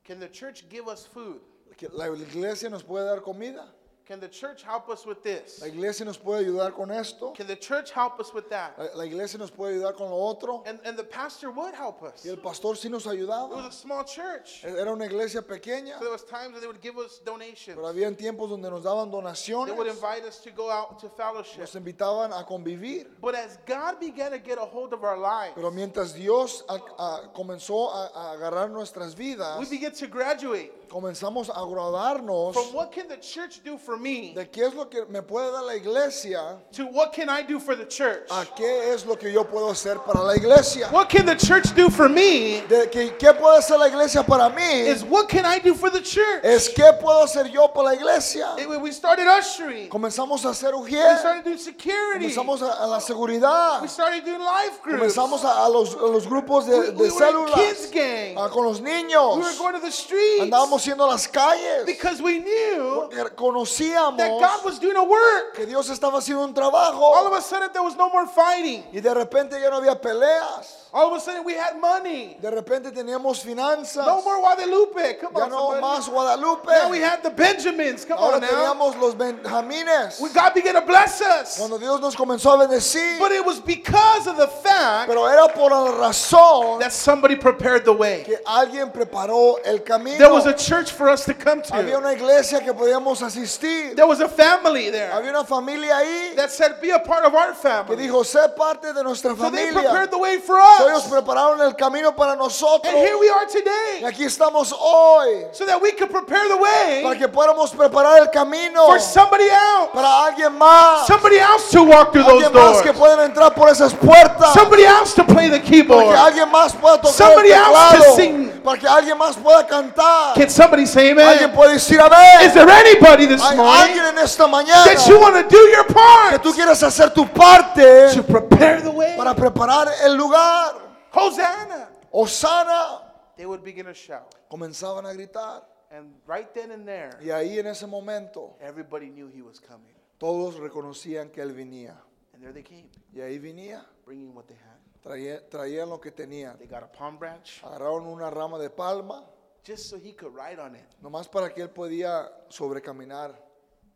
Speaker 1: Can the church give us food?
Speaker 2: Que La iglesia nos puede dar comida.
Speaker 1: Can the church help us with this?
Speaker 2: La iglesia nos puede ayudar con esto.
Speaker 1: Can the church help us with that?
Speaker 2: La, la iglesia nos puede ayudar con lo otro.
Speaker 1: And, and the pastor would help us.
Speaker 2: Y el
Speaker 1: It
Speaker 2: pastor sí nos
Speaker 1: was
Speaker 2: ayudaba. E-,
Speaker 1: a small church. So
Speaker 2: Era una iglesia pequeña,
Speaker 1: there was times that they would give us donations.
Speaker 2: pero había tiempos donde nos daban
Speaker 1: They would
Speaker 2: donaciones.
Speaker 1: invite us to go out to fellowship.
Speaker 2: Nos invitaban a convivir.
Speaker 1: But as God began to get a hold of our lives,
Speaker 2: Pero mientras Dios a- a- comenzó a, a agarrar nuestras vidas,
Speaker 1: we begin to graduate
Speaker 2: comenzamos a agradarnos
Speaker 1: from what can the church do for me
Speaker 2: de qué es lo que me puede dar la iglesia
Speaker 1: to what can I do for the church?
Speaker 2: a qué es lo que yo puedo hacer para la iglesia.
Speaker 1: What can the church do for me
Speaker 2: De que, ¿Qué puede hacer la iglesia para mí?
Speaker 1: is what can I do for the church?
Speaker 2: Es qué puedo hacer yo para la iglesia.
Speaker 1: It- we- we started ushering.
Speaker 2: Comenzamos a hacer
Speaker 1: We
Speaker 2: UGIE.
Speaker 1: started doing security.
Speaker 2: Comenzamos a, a la seguridad.
Speaker 1: We started doing life groups.
Speaker 2: Comenzamos a, a los, a los grupos de,
Speaker 1: We-
Speaker 2: de
Speaker 1: we were in
Speaker 2: células.
Speaker 1: kids gang.
Speaker 2: a- con los
Speaker 1: We were
Speaker 2: niños.
Speaker 1: going to the streets
Speaker 2: Andábamos yendo a las calles.
Speaker 1: because we knew
Speaker 2: Porque
Speaker 1: that God
Speaker 2: Conocíamos
Speaker 1: was doing a work.
Speaker 2: que Dios estaba haciendo un
Speaker 1: All of
Speaker 2: trabajo.
Speaker 1: a sudden, there was no more fighting.
Speaker 2: Y de repente ya no había peleas.
Speaker 1: All of a sudden, we had money.
Speaker 2: De repente teníamos finanzas.
Speaker 1: No more Guadalupe. Come
Speaker 2: Ya
Speaker 1: on,
Speaker 2: no
Speaker 1: somebody.
Speaker 2: más Guadalupe.
Speaker 1: Now we had the Benjamins. Come
Speaker 2: Ahora
Speaker 1: on now.
Speaker 2: teníamos los Benjamines.
Speaker 1: We, God began to bless us.
Speaker 2: Cuando Dios nos comenzó a bendecir.
Speaker 1: But it was because of the fact
Speaker 2: Pero era por la razón
Speaker 1: that somebody prepared the way.
Speaker 2: que alguien preparó el
Speaker 1: There
Speaker 2: camino.
Speaker 1: was a church for us to come
Speaker 2: Había
Speaker 1: to.
Speaker 2: una iglesia que podíamos asistir.
Speaker 1: There was a family there
Speaker 2: Había una familia ahí
Speaker 1: that said, "Be a part of our
Speaker 2: que
Speaker 1: family."
Speaker 2: dijo, sé parte de nuestra
Speaker 1: So they
Speaker 2: familia.
Speaker 1: prepared the way for
Speaker 2: So ellos
Speaker 1: us,
Speaker 2: prepararon el camino para nosotros.
Speaker 1: and here we are
Speaker 2: Y
Speaker 1: today,
Speaker 2: aquí estamos hoy
Speaker 1: so that we could prepare the
Speaker 2: para
Speaker 1: way
Speaker 2: que podamos preparar el camino
Speaker 1: for somebody else,
Speaker 2: para alguien más.
Speaker 1: somebody else to walk through those
Speaker 2: Alguien más que
Speaker 1: doors,
Speaker 2: pueden entrar por esas puertas.
Speaker 1: somebody else to play the
Speaker 2: Para que
Speaker 1: keyboard.
Speaker 2: alguien más pueda tocar el
Speaker 1: Somebody else to
Speaker 2: teclado.
Speaker 1: sing.
Speaker 2: Para que alguien más pueda cantar.
Speaker 1: Can somebody say
Speaker 2: Alguien
Speaker 1: amen?
Speaker 2: puede decir amén.
Speaker 1: Is there anybody this
Speaker 2: Hay
Speaker 1: morning
Speaker 2: alguien en esta mañana
Speaker 1: that you want to do your
Speaker 2: que
Speaker 1: part
Speaker 2: tú quieras hacer tu parte
Speaker 1: to prepare the way?
Speaker 2: para preparar el lugar.
Speaker 1: Hosanna!
Speaker 2: Osana
Speaker 1: They would begin to shout,
Speaker 2: comenzaban a gritar
Speaker 1: and right then and there,
Speaker 2: y ahí en ese momento
Speaker 1: everybody knew he was coming,
Speaker 2: todos reconocían que él venía
Speaker 1: and there they came,
Speaker 2: y ahí venía.
Speaker 1: bringing what they had.
Speaker 2: Traía- traían lo que tenían.
Speaker 1: They got a palm branch
Speaker 2: Agarraron una rama de palma
Speaker 1: just so he could ride on it.
Speaker 2: nomás para que él podía sobrecaminar.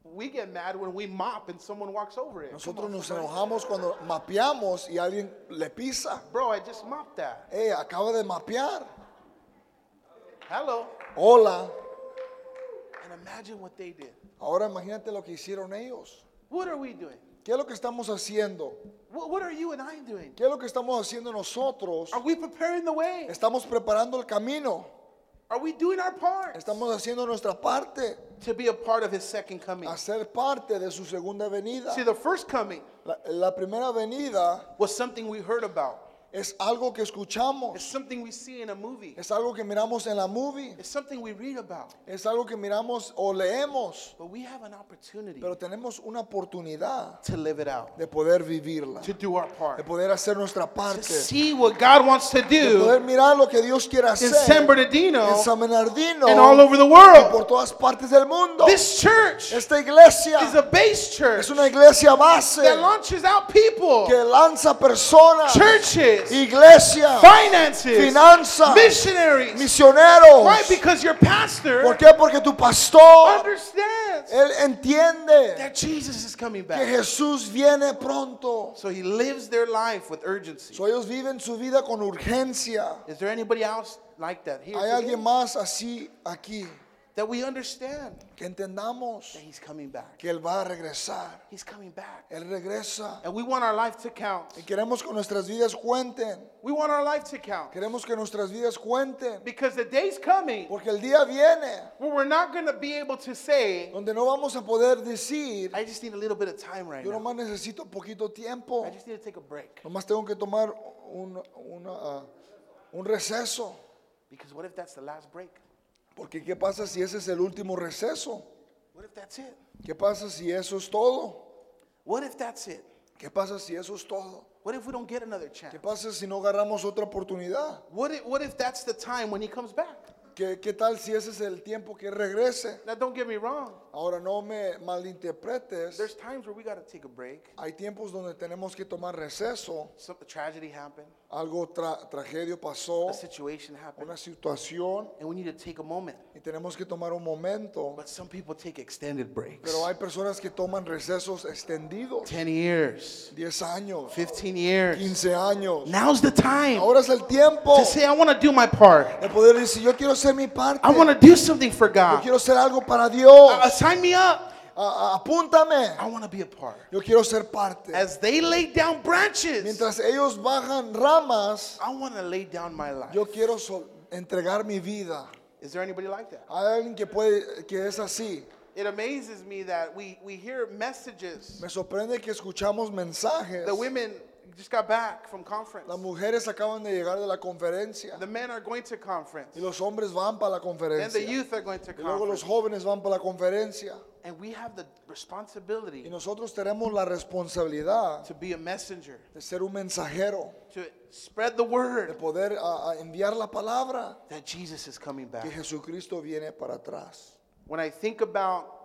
Speaker 1: We get mad when we mop and someone walks over it.
Speaker 2: Nosotros nos enojamos cuando mapeamos y alguien le pisa.
Speaker 1: Bro, I just mopped that.
Speaker 2: Eh, acaba de mapear.
Speaker 1: Hello.
Speaker 2: Hola.
Speaker 1: And imagine what they did.
Speaker 2: Ahora imagínate lo que hicieron ellos.
Speaker 1: What are we doing?
Speaker 2: ¿Qué es lo que estamos haciendo?
Speaker 1: What, what are you and I doing?
Speaker 2: ¿Qué es lo que estamos haciendo nosotros?
Speaker 1: Are we preparing the way?
Speaker 2: Estamos preparando el camino.
Speaker 1: Are we doing our part
Speaker 2: Estamos haciendo nuestra parte.
Speaker 1: to be a part of his second coming?
Speaker 2: Hacer parte de su segunda venida.
Speaker 1: See, the first coming
Speaker 2: La, la primera venida
Speaker 1: was something we heard about.
Speaker 2: es algo que
Speaker 1: It's
Speaker 2: escuchamos.
Speaker 1: something we see in a movie.
Speaker 2: Es algo que miramos en la movie.
Speaker 1: It's something we read about.
Speaker 2: Es algo que miramos o leemos.
Speaker 1: But we have an opportunity
Speaker 2: Pero tenemos una oportunidad
Speaker 1: to live it out,
Speaker 2: de poder vivirla.
Speaker 1: to do our
Speaker 2: De
Speaker 1: part,
Speaker 2: poder hacer nuestra
Speaker 1: to
Speaker 2: parte.
Speaker 1: see what God wants to
Speaker 2: De
Speaker 1: do
Speaker 2: poder mirar lo que Dios quiere
Speaker 1: in
Speaker 2: hacer.
Speaker 1: San
Speaker 2: En
Speaker 1: Bernardino
Speaker 2: San Bernardino.
Speaker 1: and all over the
Speaker 2: Y
Speaker 1: world.
Speaker 2: por todas partes del mundo.
Speaker 1: This church
Speaker 2: Esta iglesia
Speaker 1: is a base church
Speaker 2: es una iglesia base
Speaker 1: that launches out people,
Speaker 2: que lanza personas,
Speaker 1: churches, churches,
Speaker 2: Iglesia,
Speaker 1: finances,
Speaker 2: finanzas,
Speaker 1: missionaries.
Speaker 2: misioneros.
Speaker 1: Why? Because your
Speaker 2: ¿Por
Speaker 1: pastor
Speaker 2: qué? Porque tu pastor,
Speaker 1: understands
Speaker 2: él entiende
Speaker 1: that Jesus is coming
Speaker 2: que
Speaker 1: back.
Speaker 2: Jesús viene pronto.
Speaker 1: So he lives their life with urgency.
Speaker 2: So, ellos viven su vida con urgencia.
Speaker 1: Is there anybody else like that here?
Speaker 2: Hay
Speaker 1: today?
Speaker 2: alguien más así aquí
Speaker 1: That we understand
Speaker 2: que entendamos
Speaker 1: that he's coming back.
Speaker 2: que Él va a regresar.
Speaker 1: He's coming back.
Speaker 2: Él regresa.
Speaker 1: And we want our life to count.
Speaker 2: Y queremos que nuestras vidas cuenten.
Speaker 1: We want our life to count.
Speaker 2: Queremos que nuestras vidas cuenten.
Speaker 1: Because the day's coming
Speaker 2: Porque el día viene
Speaker 1: where we're not going to be able to say,
Speaker 2: donde no vamos a poder decir,
Speaker 1: I just need a little bit of time right
Speaker 2: yo
Speaker 1: now.
Speaker 2: nomás necesito poquito tiempo.
Speaker 1: I just need to take a break.
Speaker 2: Nomás tengo que tomar un, una, ah, un receso.
Speaker 1: Because what if that's the last break?
Speaker 2: Porque ¿qué pasa si ese es el último receso?
Speaker 1: What if that's it?
Speaker 2: ¿Qué pasa si eso es todo?
Speaker 1: What if that's it?
Speaker 2: ¿Qué pasa si eso es todo?
Speaker 1: What if we don't get another chance?
Speaker 2: ¿Qué pasa si no agarramos otra oportunidad?
Speaker 1: What if, what if that's the time when he comes back?
Speaker 2: ¿Qué, qué tal si ese es el tiempo que regrese?
Speaker 1: Now, don't get me wrong.
Speaker 2: Ahora no me malinterpretes.
Speaker 1: There's times where we got to take a break.
Speaker 2: Hay tiempos donde tenemos que tomar receso.
Speaker 1: Some tragedy happened.
Speaker 2: Algo tra- tragedia pasó,
Speaker 1: A situation happened.
Speaker 2: una situación,
Speaker 1: And we need to take a moment.
Speaker 2: y tenemos que tomar un momento.
Speaker 1: But some people take extended breaks.
Speaker 2: Pero hay personas que toman recesos extendidos.
Speaker 1: 10 years,
Speaker 2: 10 años,
Speaker 1: 15 years.
Speaker 2: 15 años.
Speaker 1: Now's the time
Speaker 2: Ahora es el tiempo
Speaker 1: to say, I want to do my part.
Speaker 2: de poder decir, yo quiero hacer mi parte.
Speaker 1: I want to do something for
Speaker 2: Yo
Speaker 1: God.
Speaker 2: quiero hacer algo para Dios.
Speaker 1: Uh, sign me up.
Speaker 2: A- a- apúntame.
Speaker 1: I want to be a part.
Speaker 2: Yo quiero ser parte.
Speaker 1: As they lay down branches,
Speaker 2: Mientras ellos bajan ramas,
Speaker 1: I want to lay down my life.
Speaker 2: yo quiero sol- entregar mi vida.
Speaker 1: Is there anybody like that?
Speaker 2: Hay alguien que puede que es así.
Speaker 1: It amazes me that we, we hear messages.
Speaker 2: Me sorprende que escuchamos mensajes.
Speaker 1: The women just got back from conference.
Speaker 2: Las mujeres acaban de llegar de la conferencia
Speaker 1: The men are going to conference.
Speaker 2: y los hombres van para la
Speaker 1: Then the
Speaker 2: conferencia.
Speaker 1: youth are going to
Speaker 2: Y luego los
Speaker 1: conference.
Speaker 2: jóvenes van para la conferencia.
Speaker 1: And we have the
Speaker 2: Y
Speaker 1: responsibility
Speaker 2: nosotros tenemos la responsabilidad
Speaker 1: to be a messenger,
Speaker 2: de ser un mensajero,
Speaker 1: to spread the
Speaker 2: de
Speaker 1: word
Speaker 2: poder ah, ah, enviar la palabra
Speaker 1: that Jesus is coming
Speaker 2: que
Speaker 1: back.
Speaker 2: Jesucristo viene para atrás.
Speaker 1: When I think about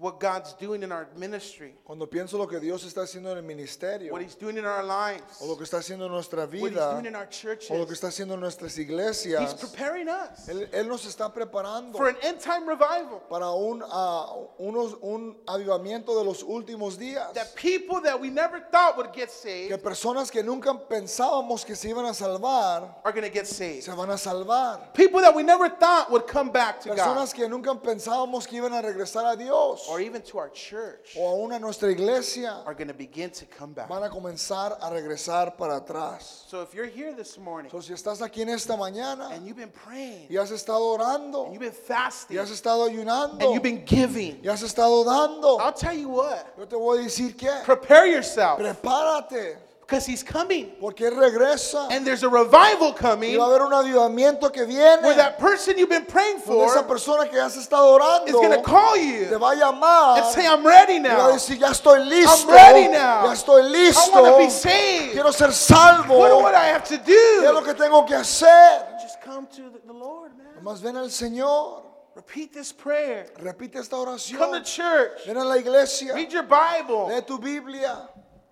Speaker 1: what God's doing in our ministry,
Speaker 2: Cuando pienso lo que Dios está haciendo en el ministerio,
Speaker 1: what He's doing in our lives,
Speaker 2: o lo que está haciendo en nuestra
Speaker 1: what He's
Speaker 2: vida,
Speaker 1: doing in our
Speaker 2: o lo que
Speaker 1: churches,
Speaker 2: está haciendo en nuestras
Speaker 1: He's
Speaker 2: iglesias,
Speaker 1: preparing us
Speaker 2: Él, Él nos está preparando
Speaker 1: for an end time revival.
Speaker 2: para un, ah, unos- un avivamiento de los últimos días.
Speaker 1: That people that we never thought would get saved
Speaker 2: Que personas que nunca pensábamos que se iban a salvar,
Speaker 1: are going to get saved.
Speaker 2: se van a salvar.
Speaker 1: People that we never thought would come back to God
Speaker 2: Personas que nunca pensábamos que iban a regresar a Dios
Speaker 1: or even to our church
Speaker 2: o aún a nuestra iglesia,
Speaker 1: are going to begin to come back.
Speaker 2: van a comenzar a regresar para atrás.
Speaker 1: So if you're here this morning
Speaker 2: So, si estás aquí en esta mañana
Speaker 1: and you've been praying,
Speaker 2: y has estado orando,
Speaker 1: and you've been
Speaker 2: y
Speaker 1: fasting,
Speaker 2: has estado ayunando,
Speaker 1: and you've been giving,
Speaker 2: y has estado dando,
Speaker 1: I'll tell you what,
Speaker 2: yo te voy a decir que
Speaker 1: prepare yourself
Speaker 2: prepárate,
Speaker 1: because he's coming.
Speaker 2: porque Él regresa
Speaker 1: And there's a revival
Speaker 2: y
Speaker 1: coming
Speaker 2: va a haber un avivamiento que viene.
Speaker 1: where that person you've been praying
Speaker 2: Donde esa
Speaker 1: for
Speaker 2: persona que has estado
Speaker 1: is
Speaker 2: orando
Speaker 1: going to call
Speaker 2: te
Speaker 1: you
Speaker 2: va a llamar
Speaker 1: and say, I'm ready
Speaker 2: y va a
Speaker 1: now.
Speaker 2: decir, ya estoy listo,
Speaker 1: ready now.
Speaker 2: ya estoy
Speaker 1: I want to be
Speaker 2: listo,
Speaker 1: saved.
Speaker 2: quiero ser salvo,
Speaker 1: What do I have to
Speaker 2: ¿qué es lo
Speaker 1: do?
Speaker 2: que tengo que hacer?
Speaker 1: Just come to the- the Lord, man.
Speaker 2: Más ven al Señor,
Speaker 1: Repeat this prayer.
Speaker 2: repite esta
Speaker 1: Come to
Speaker 2: oración,
Speaker 1: church.
Speaker 2: ven a la iglesia,
Speaker 1: Read your Bible.
Speaker 2: lee tu Biblia,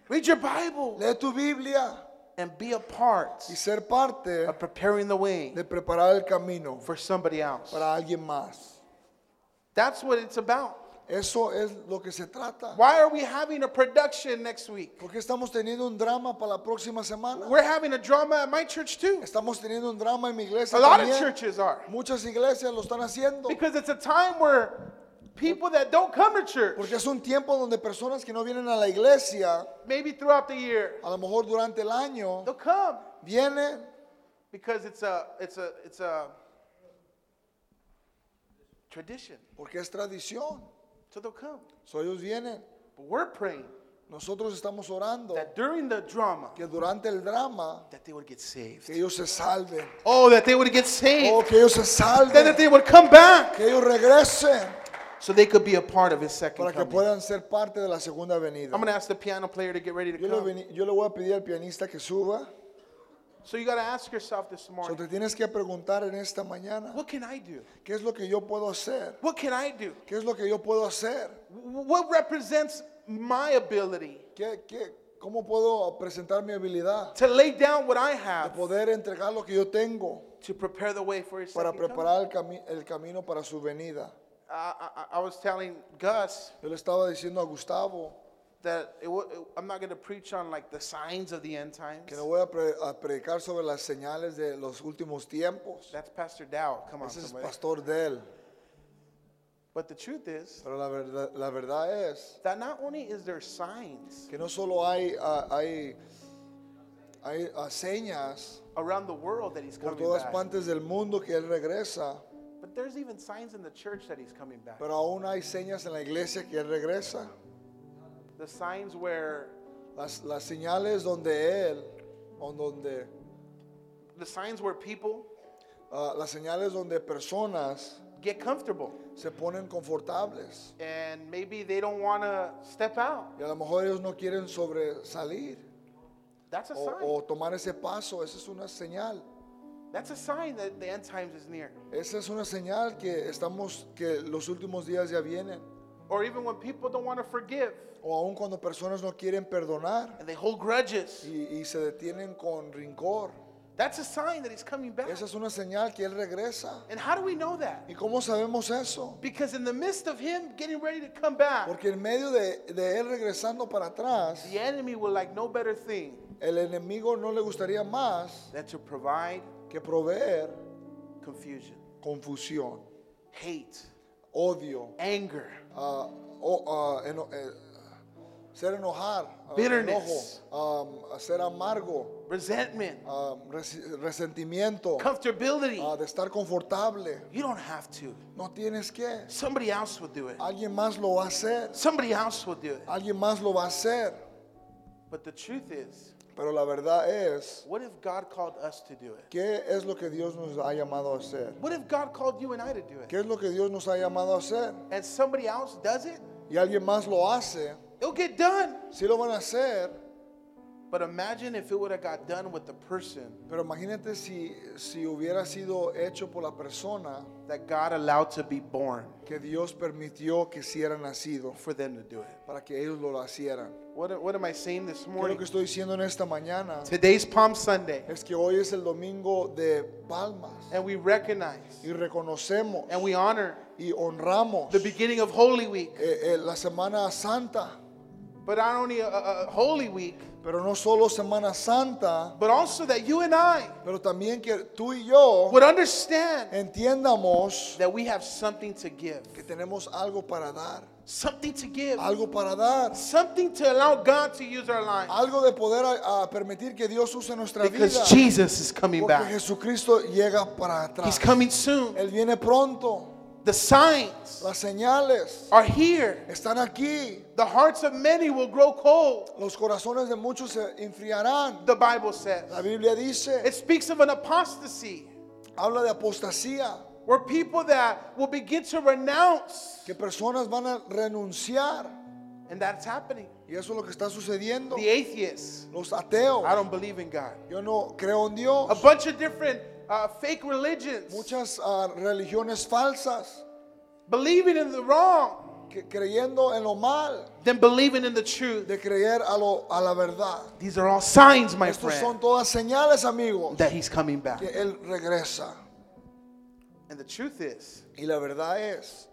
Speaker 1: Read your Bible.
Speaker 2: lee tu Biblia
Speaker 1: And be a part
Speaker 2: y ser parte
Speaker 1: of preparing the way
Speaker 2: de preparar el camino
Speaker 1: for somebody else.
Speaker 2: para alguien más.
Speaker 1: That's what it's about.
Speaker 2: Eso es lo que se trata.
Speaker 1: Why are we having a production next week?
Speaker 2: Porque estamos teniendo un drama para la próxima semana.
Speaker 1: We're having a drama at my church too.
Speaker 2: Estamos teniendo un drama en mi iglesia.
Speaker 1: A lot of
Speaker 2: también.
Speaker 1: churches are.
Speaker 2: Muchas iglesias lo están haciendo.
Speaker 1: Because it's a time where people that don't come to church,
Speaker 2: Porque es un tiempo donde personas que no vienen a la iglesia,
Speaker 1: maybe throughout the year,
Speaker 2: a lo mejor durante el año,
Speaker 1: they'll come
Speaker 2: vienen
Speaker 1: because it's a it's a it's a tradition.
Speaker 2: porque es tradición.
Speaker 1: So they'll come.
Speaker 2: So ellos vienen.
Speaker 1: But we're praying
Speaker 2: Nosotros estamos orando
Speaker 1: that during the drama
Speaker 2: que durante el drama
Speaker 1: that they would get
Speaker 2: que
Speaker 1: saved.
Speaker 2: ellos se salven.
Speaker 1: Oh, that they would get
Speaker 2: Oh,
Speaker 1: saved.
Speaker 2: que ellos se
Speaker 1: Then that
Speaker 2: salven.
Speaker 1: they would come back
Speaker 2: Que ellos regresen
Speaker 1: so they could be a part of his second
Speaker 2: para que
Speaker 1: coming.
Speaker 2: puedan ser parte de la segunda venida.
Speaker 1: I'm going to ask the piano player to get ready to
Speaker 2: Yo le,
Speaker 1: come.
Speaker 2: veni- yo le voy a pedir al pianista que suba.
Speaker 1: So you got to ask yourself this
Speaker 2: So
Speaker 1: morning,
Speaker 2: te tienes que preguntar en esta mañana,
Speaker 1: what can I do?
Speaker 2: ¿qué es lo que yo puedo hacer?
Speaker 1: What can I do?
Speaker 2: ¿Qué es lo que yo puedo hacer?
Speaker 1: Wh- What represents my ability?
Speaker 2: ¿Qué, qué, ¿Cómo puedo presentar mi habilidad?
Speaker 1: to lay down what I
Speaker 2: De
Speaker 1: have
Speaker 2: poder entregar lo que yo tengo
Speaker 1: to prepare the way for his
Speaker 2: para
Speaker 1: second coming.
Speaker 2: preparar el, cami- el camino para su venida.
Speaker 1: I, I, I was telling Gus
Speaker 2: Yo le estaba diciendo a Gustavo
Speaker 1: that it, wa- it, I'm not going to preach on like the signs of the end times.
Speaker 2: que no voy a, pre- a predicar sobre las señales de los últimos tiempos.
Speaker 1: That's Pastor Dow. Come on,
Speaker 2: Ese es
Speaker 1: somebody.
Speaker 2: pastor de él.
Speaker 1: But the truth is
Speaker 2: Pero la verdad, la verdad es
Speaker 1: that not only is there signs
Speaker 2: que no solo hay, ah, hay, hay ah, señas
Speaker 1: around the world that he's
Speaker 2: por
Speaker 1: coming
Speaker 2: todas
Speaker 1: back,
Speaker 2: partes del mundo que él regresa,
Speaker 1: but there's even signs in the church that he's coming back.
Speaker 2: pero aún hay señas en la iglesia que él regresa.
Speaker 1: The signs where
Speaker 2: Las, las señales donde él, o donde,
Speaker 1: the signs where people
Speaker 2: ah, las señales donde personas
Speaker 1: get comfortable
Speaker 2: se ponen confortables
Speaker 1: and maybe they don't want to step out.
Speaker 2: y a lo mejor ellos no quieren sobresalir
Speaker 1: That's a
Speaker 2: o-
Speaker 1: sign.
Speaker 2: o tomar ese paso. Esa es una señal.
Speaker 1: That's a sign that the end times is near.
Speaker 2: Esa es una señal que estamos, que los últimos días ya vienen.
Speaker 1: Or even when people don't want to forgive
Speaker 2: O aun cuando personas no quieren perdonar
Speaker 1: and they hold grudges.
Speaker 2: y, y se detienen con rincor.
Speaker 1: That's a sign that he's coming back.
Speaker 2: Esa es una señal que Él regresa.
Speaker 1: And how do we know that?
Speaker 2: ¿Y cómo sabemos eso?
Speaker 1: Because in the midst of him getting ready to come back,
Speaker 2: Porque en medio de, de Él regresando para atrás,
Speaker 1: the enemy will like no better thing
Speaker 2: el enemigo no le gustaría más
Speaker 1: than to provide
Speaker 2: que proveer
Speaker 1: confusion,
Speaker 2: confusión,
Speaker 1: hate,
Speaker 2: odio,
Speaker 1: anger,
Speaker 2: ah, o- ah, eno- eh, ser enojar, ah,
Speaker 1: Bitterness.
Speaker 2: enojo, ah, ser amargo,
Speaker 1: resentment,
Speaker 2: ah, res- resentimiento. Ah,
Speaker 1: comfortability.
Speaker 2: de estar confortable.
Speaker 1: You don't have to.
Speaker 2: No tienes que.
Speaker 1: Somebody else will do it.
Speaker 2: Alguien más lo va a hacer.
Speaker 1: Somebody else will do it.
Speaker 2: Alguien más lo va a hacer.
Speaker 1: But the truth is,
Speaker 2: Pero la verdad es,
Speaker 1: what if God called us to do it?
Speaker 2: ¿qué es lo que Dios nos ha llamado a hacer?
Speaker 1: What if God called you and I to do it?
Speaker 2: ¿Qué es lo que Dios nos ha llamado a hacer?
Speaker 1: And somebody else does it?
Speaker 2: Y alguien más lo hace.
Speaker 1: It'll get done.
Speaker 2: Sí lo van a hacer.
Speaker 1: But imagine if it would have got done with the person
Speaker 2: Pero imagínate si, si hubiera sido hecho por la persona
Speaker 1: that God allowed to be born
Speaker 2: que Dios permitió que hiciera nacido
Speaker 1: for them to do it.
Speaker 2: para que ellos lo hicieran.
Speaker 1: What, what am I saying this
Speaker 2: ¿Qué es lo
Speaker 1: morning?
Speaker 2: que estoy diciendo en esta mañana?
Speaker 1: Today's Palm Sunday,
Speaker 2: Es que hoy es el domingo de palmas
Speaker 1: and we recognize
Speaker 2: y reconocemos
Speaker 1: and we honor
Speaker 2: y honramos
Speaker 1: the beginning of Holy Week,
Speaker 2: eh, eh, la Semana Santa,
Speaker 1: but not only uh, uh, Holy Week,
Speaker 2: pero no solo Semana Santa,
Speaker 1: but also that you and I
Speaker 2: pero también que tú y yo
Speaker 1: would understand
Speaker 2: entiendamos
Speaker 1: that we have something to give,
Speaker 2: que tenemos algo para dar,
Speaker 1: something to give,
Speaker 2: algo para dar,
Speaker 1: something to allow God to use our lives,
Speaker 2: algo de poder a- a permitir que Dios use nuestra vida,
Speaker 1: because Jesus is coming
Speaker 2: porque
Speaker 1: back.
Speaker 2: Jesucristo llega para
Speaker 1: He's
Speaker 2: atrás,
Speaker 1: coming soon.
Speaker 2: él viene pronto,
Speaker 1: The signs
Speaker 2: las señales
Speaker 1: are here.
Speaker 2: están aquí,
Speaker 1: The hearts of many will grow cold,
Speaker 2: los corazones de muchos se enfriarán.
Speaker 1: the Bible says.
Speaker 2: La Biblia dice,
Speaker 1: It speaks of an apostasy
Speaker 2: habla de apostasía,
Speaker 1: where people that will begin to renounce,
Speaker 2: que personas van a renunciar.
Speaker 1: and that's happening.
Speaker 2: Y eso es lo que está sucediendo.
Speaker 1: The atheists,
Speaker 2: Los ateos.
Speaker 1: I don't believe in God.
Speaker 2: Yo no creo en
Speaker 1: A
Speaker 2: Dios.
Speaker 1: bunch of different uh, fake religions,
Speaker 2: Muchas ah, religiones falsas,
Speaker 1: believing in the wrong,
Speaker 2: que creyendo en lo mal,
Speaker 1: then believing in the truth.
Speaker 2: de creer a, lo, a la verdad.
Speaker 1: These are all signs, my
Speaker 2: Estos son
Speaker 1: friend,
Speaker 2: todas señales, amigos,
Speaker 1: that He's coming back.
Speaker 2: que Él regresa.
Speaker 1: And the truth is,
Speaker 2: Y la verdad es,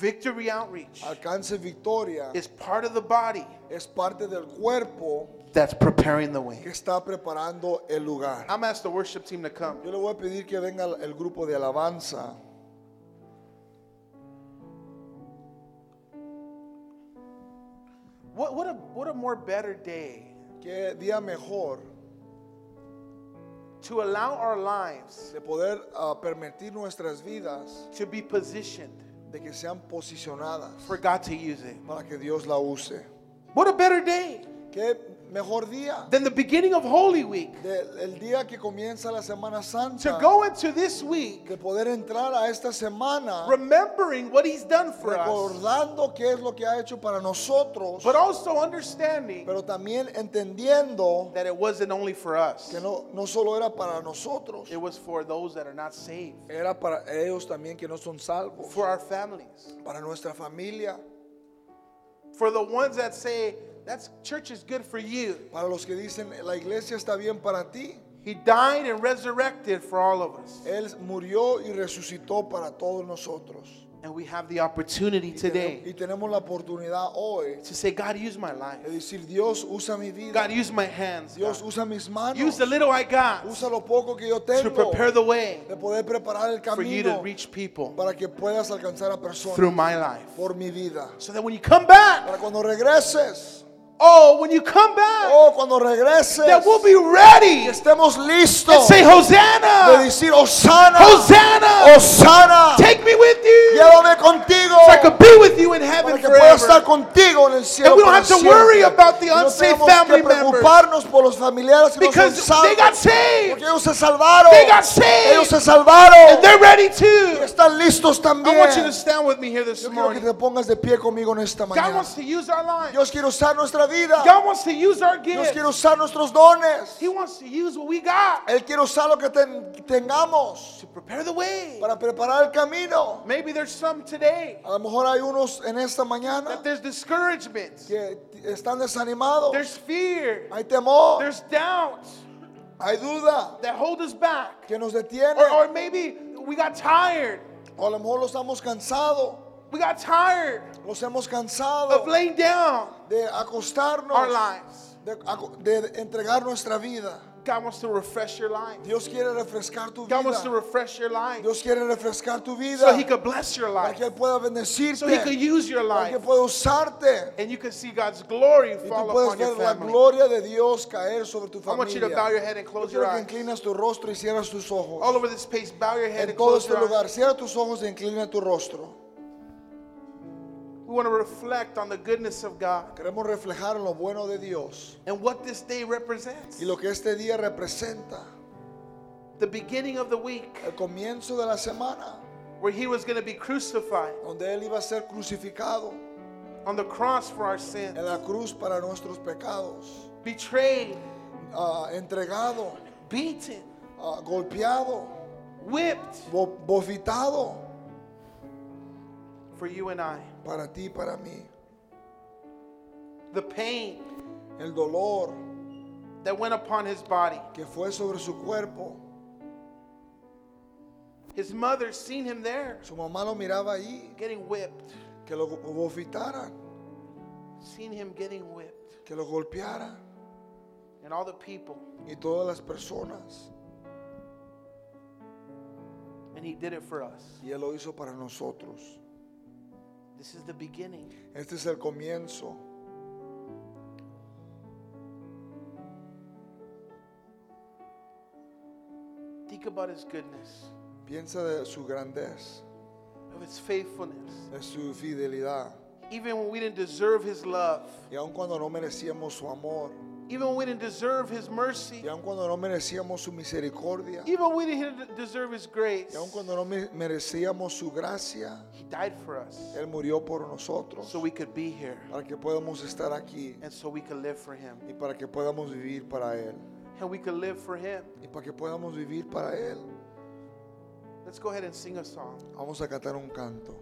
Speaker 1: Victory Outreach
Speaker 2: alcance victoria
Speaker 1: is part of the body
Speaker 2: es parte del cuerpo
Speaker 1: that's preparing the way.
Speaker 2: que está preparando el lugar.
Speaker 1: I'm asked the worship team to come.
Speaker 2: Yo le voy a pedir que venga el grupo de alabanza.
Speaker 1: What, what, a, what a more better day
Speaker 2: Qué día mejor
Speaker 1: to allow our lives
Speaker 2: de poder ah, permitir nuestras vidas
Speaker 1: to be positioned
Speaker 2: de que sean posicionadas
Speaker 1: for God to use it.
Speaker 2: para que Dios la use.
Speaker 1: What a better day
Speaker 2: Qué mejor día
Speaker 1: than the beginning of Holy Week
Speaker 2: del el día que comienza la Semana
Speaker 1: to
Speaker 2: Santa
Speaker 1: go into this week
Speaker 2: de poder entrar a esta semana
Speaker 1: remembering what He's done for us,
Speaker 2: recordando qué es lo que ha hecho para nosotros,
Speaker 1: but also understanding
Speaker 2: pero también entendiendo
Speaker 1: that it wasn't only for us,
Speaker 2: que no no solo era para nosotros,
Speaker 1: it was for those that are not saved,
Speaker 2: era para ellos también que no son salvos,
Speaker 1: for our families,
Speaker 2: para nuestra familia,
Speaker 1: for the ones that say That's church is good for you.
Speaker 2: Para los que dicen, la iglesia está bien para ti,
Speaker 1: He died and resurrected for all of us.
Speaker 2: Él murió y resucitó para todos nosotros.
Speaker 1: And we have the opportunity
Speaker 2: Y
Speaker 1: today
Speaker 2: tenemos la oportunidad hoy
Speaker 1: to say, God, use my life.
Speaker 2: de decir, Dios usa mi vida,
Speaker 1: God, use my hands.
Speaker 2: Dios
Speaker 1: God.
Speaker 2: usa mis
Speaker 1: Use
Speaker 2: manos,
Speaker 1: the little I got
Speaker 2: usa lo poco que yo
Speaker 1: to
Speaker 2: tengo
Speaker 1: prepare the way
Speaker 2: de poder preparar el
Speaker 1: for you to
Speaker 2: camino
Speaker 1: reach people
Speaker 2: para que puedas alcanzar a
Speaker 1: through
Speaker 2: personas
Speaker 1: my life.
Speaker 2: por mi vida.
Speaker 1: So that when you come back,
Speaker 2: Para cuando regreses,
Speaker 1: oh, when you come back,
Speaker 2: oh, cuando regreses,
Speaker 1: that we'll be
Speaker 2: que
Speaker 1: ready
Speaker 2: estemos
Speaker 1: and
Speaker 2: listos
Speaker 1: say,
Speaker 2: de
Speaker 1: Hosanna!
Speaker 2: decir, Osana,
Speaker 1: Hosanna!
Speaker 2: Oh, Osana,
Speaker 1: Take me with you
Speaker 2: llévame contigo.
Speaker 1: so I can be with you in
Speaker 2: para
Speaker 1: heaven
Speaker 2: que pueda estar
Speaker 1: forever.
Speaker 2: contigo en el cielo.
Speaker 1: And we don't
Speaker 2: para
Speaker 1: have to
Speaker 2: siempre.
Speaker 1: worry about the
Speaker 2: Y no
Speaker 1: unsafe
Speaker 2: tenemos
Speaker 1: family
Speaker 2: que
Speaker 1: members.
Speaker 2: preocuparnos por los familiares que no son
Speaker 1: Because
Speaker 2: salvos,
Speaker 1: they got
Speaker 2: porque
Speaker 1: saved
Speaker 2: ellos se salvaron.
Speaker 1: They got saved.
Speaker 2: Ellos se salvaron.
Speaker 1: and they're ready
Speaker 2: Y
Speaker 1: too.
Speaker 2: están listos también.
Speaker 1: I want you to stand with me here this
Speaker 2: Yo quiero que
Speaker 1: morning.
Speaker 2: te pongas de pie conmigo en esta
Speaker 1: God
Speaker 2: mañana.
Speaker 1: wants to use our lives.
Speaker 2: Dios quiere usar nuestra vida.
Speaker 1: God wants to use our
Speaker 2: Dios
Speaker 1: gifts.
Speaker 2: quiere usar nuestros dones.
Speaker 1: He wants to use what we got
Speaker 2: Él quiere usar lo que ten- tengamos
Speaker 1: to prepare the way.
Speaker 2: para preparar el camino.
Speaker 1: Maybe there's some today
Speaker 2: A lo mejor hay unos en esta
Speaker 1: that
Speaker 2: mañana
Speaker 1: there's discouragement,
Speaker 2: que t- están desanimados.
Speaker 1: there's fear,
Speaker 2: Hay temor,
Speaker 1: there's doubt
Speaker 2: hay duda
Speaker 1: that hold us back.
Speaker 2: que nos detiene.
Speaker 1: Or, or maybe we got tired.
Speaker 2: O a lo mejor los hemos cansado,
Speaker 1: We got tired
Speaker 2: los hemos
Speaker 1: of
Speaker 2: cansado
Speaker 1: laying down
Speaker 2: de acostarnos,
Speaker 1: our lives.
Speaker 2: de, aco- de entregar nuestra vida.
Speaker 1: God wants to refresh your life.
Speaker 2: Dios quiere refrescar tu
Speaker 1: God wants to
Speaker 2: vida.
Speaker 1: refresh your life
Speaker 2: Dios quiere refrescar tu vida
Speaker 1: so He could bless your
Speaker 2: para
Speaker 1: life,
Speaker 2: que Él pueda
Speaker 1: so He could
Speaker 2: bendecirte,
Speaker 1: use your
Speaker 2: para que
Speaker 1: life,
Speaker 2: pueda usarte
Speaker 1: and you can see God's glory
Speaker 2: y
Speaker 1: fall
Speaker 2: tú puedes
Speaker 1: upon
Speaker 2: ver
Speaker 1: your
Speaker 2: la
Speaker 1: family.
Speaker 2: gloria de Dios caer sobre tu
Speaker 1: I want you to bow
Speaker 2: familia.
Speaker 1: your head and
Speaker 2: Yo
Speaker 1: close your
Speaker 2: quiero que
Speaker 1: eyes. Oh,
Speaker 2: inclinas tu rostro y cierras tus ojos.
Speaker 1: All over this place, bow your head
Speaker 2: En
Speaker 1: and
Speaker 2: todo
Speaker 1: close
Speaker 2: este
Speaker 1: your eyes.
Speaker 2: lugar, cierra tus ojos e inclina tu rostro.
Speaker 1: We want to reflect on the goodness of God
Speaker 2: Queremos reflejar en lo bueno de Dios
Speaker 1: and what this day represents.
Speaker 2: y lo que este día representa.
Speaker 1: The beginning of the week
Speaker 2: el comienzo de la semana,
Speaker 1: where he was going to be crucified
Speaker 2: donde Él iba a ser crucificado
Speaker 1: on the cross for our sin,
Speaker 2: en la cruz para nuestros pecados,
Speaker 1: betrayed,
Speaker 2: ah, entregado,
Speaker 1: beaten,
Speaker 2: ah, golpeado,
Speaker 1: whipped
Speaker 2: bo- bofitado
Speaker 1: for you and I.
Speaker 2: para ti, para mí.
Speaker 1: The pain
Speaker 2: El dolor
Speaker 1: that went upon his body.
Speaker 2: que fue sobre su cuerpo,
Speaker 1: His mother seen him there
Speaker 2: su mamá lo miraba ahí,
Speaker 1: getting whipped,
Speaker 2: que lo go- bofitaran,
Speaker 1: seen him getting whipped,
Speaker 2: que lo golpearan.
Speaker 1: and all the people,
Speaker 2: Y todas las personas,
Speaker 1: and he did it for us.
Speaker 2: y Él lo hizo para nosotros.
Speaker 1: This is the beginning.
Speaker 2: Este es el comienzo.
Speaker 1: Think about his goodness,
Speaker 2: Piensa de su grandez,
Speaker 1: of his faithfulness.
Speaker 2: de su fidelidad.
Speaker 1: Even when we didn't deserve his love,
Speaker 2: Y aun cuando no merecíamos su amor,
Speaker 1: even when we didn't deserve his mercy,
Speaker 2: y aun cuando no merecíamos su misericordia,
Speaker 1: even when we didn't deserve his grace,
Speaker 2: y aun cuando no me- merecíamos su gracia,
Speaker 1: he died for us
Speaker 2: Él murió por nosotros
Speaker 1: so we could be here
Speaker 2: para que podamos estar aquí
Speaker 1: and so we could live for him
Speaker 2: y para que podamos vivir para Él.
Speaker 1: and we could live for him.
Speaker 2: Y para que podamos vivir para Él,
Speaker 1: Let's go ahead and sing a song.
Speaker 2: vamos a cantar un canto.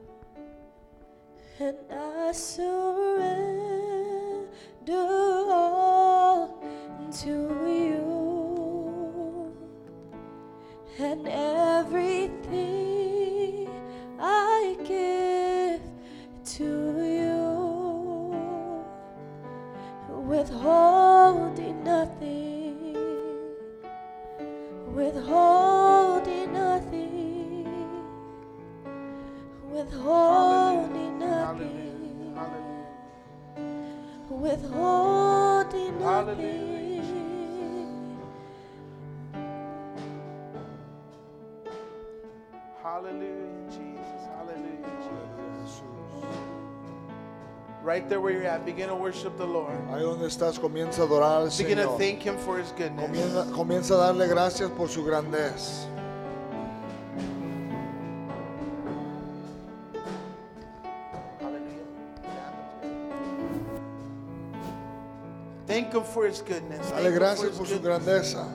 Speaker 3: And I surrender all to you and everything I give to you, withholding nothing, withholding nothing withholding nothing,
Speaker 1: Hallelujah.
Speaker 3: withholding
Speaker 1: Hallelujah,
Speaker 3: nothing.
Speaker 1: Hallelujah, Jesus. Hallelujah, Jesus.
Speaker 2: Jesús.
Speaker 1: Right there where you're at, begin to worship the Lord.
Speaker 2: Ahí donde estás, comienza a adorar al
Speaker 1: Begin to
Speaker 2: Señor.
Speaker 1: thank Him for His goodness.
Speaker 2: Comienza, comienza a darle gracias por su grandez.
Speaker 1: Thank Him for His goodness.
Speaker 2: Dale
Speaker 1: Thank Him for
Speaker 2: gracias
Speaker 1: His
Speaker 2: por su
Speaker 1: goodness.
Speaker 2: grandeza.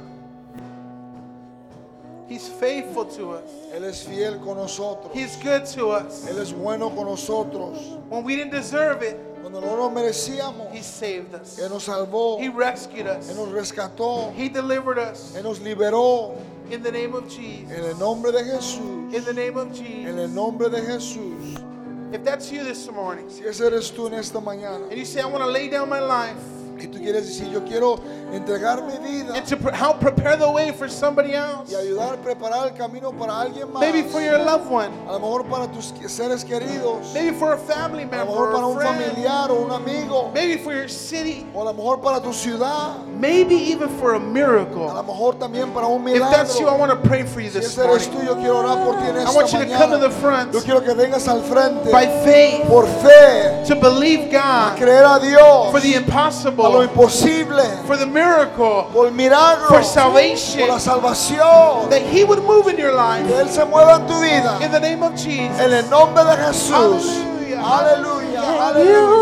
Speaker 1: He's faithful to us.
Speaker 2: Él es fiel con nosotros.
Speaker 1: He's good to us.
Speaker 2: Él es bueno con nosotros.
Speaker 1: When we didn't deserve it,
Speaker 2: Cuando cuando no nos merecíamos,
Speaker 1: He saved us.
Speaker 2: Él nos salvó,
Speaker 1: He
Speaker 2: Él
Speaker 1: rescued us.
Speaker 2: nos rescató,
Speaker 1: He delivered us.
Speaker 2: Él nos liberó.
Speaker 1: In the name of
Speaker 2: En
Speaker 1: Jesus.
Speaker 2: el nombre de Jesús,
Speaker 1: In the name of
Speaker 2: en
Speaker 1: Jesus.
Speaker 2: el nombre de Jesús.
Speaker 1: If that's you this morning
Speaker 2: Si ese eres tú en esta mañana
Speaker 1: and you say, I want to lay down my life
Speaker 2: y tú quieres decir, yo quiero entregar mi vida
Speaker 1: and to pre- help prepare the way for somebody else,
Speaker 2: y ayudar a preparar el camino para alguien más,
Speaker 1: maybe for your loved one,
Speaker 2: a lo mejor para tus que- seres queridos,
Speaker 1: maybe for a family member
Speaker 2: a lo mejor para
Speaker 1: or a
Speaker 2: un
Speaker 1: friend,
Speaker 2: familiar o un amigo,
Speaker 1: maybe for your city,
Speaker 2: o a lo mejor para tu ciudad,
Speaker 1: maybe even for a
Speaker 2: a lo
Speaker 1: miracle.
Speaker 2: mejor también para un
Speaker 1: If that's you, I
Speaker 2: milagro.
Speaker 1: want to pray for you
Speaker 2: Si
Speaker 1: this
Speaker 2: ese eres tú,
Speaker 1: morning.
Speaker 2: yo quiero orar por ti en
Speaker 1: I want
Speaker 2: esta
Speaker 1: you to come to the
Speaker 2: mañana.
Speaker 1: front
Speaker 2: Yo quiero que vengas al frente
Speaker 1: by faith
Speaker 2: por fe,
Speaker 1: to believe God
Speaker 2: creer a Dios,
Speaker 1: for the
Speaker 2: a lo
Speaker 1: impossible,
Speaker 2: imposible,
Speaker 1: for the miracle,
Speaker 2: por el milagro,
Speaker 1: for
Speaker 2: por la
Speaker 1: salvation,
Speaker 2: salvación.
Speaker 1: that He would move in your
Speaker 2: Que
Speaker 1: life
Speaker 2: Él se mueva en tu vida.
Speaker 1: in the name of Jesus.
Speaker 2: En el nombre de Jesús.
Speaker 1: Aleluya.
Speaker 2: Aleluya.
Speaker 3: you
Speaker 2: Aleluya.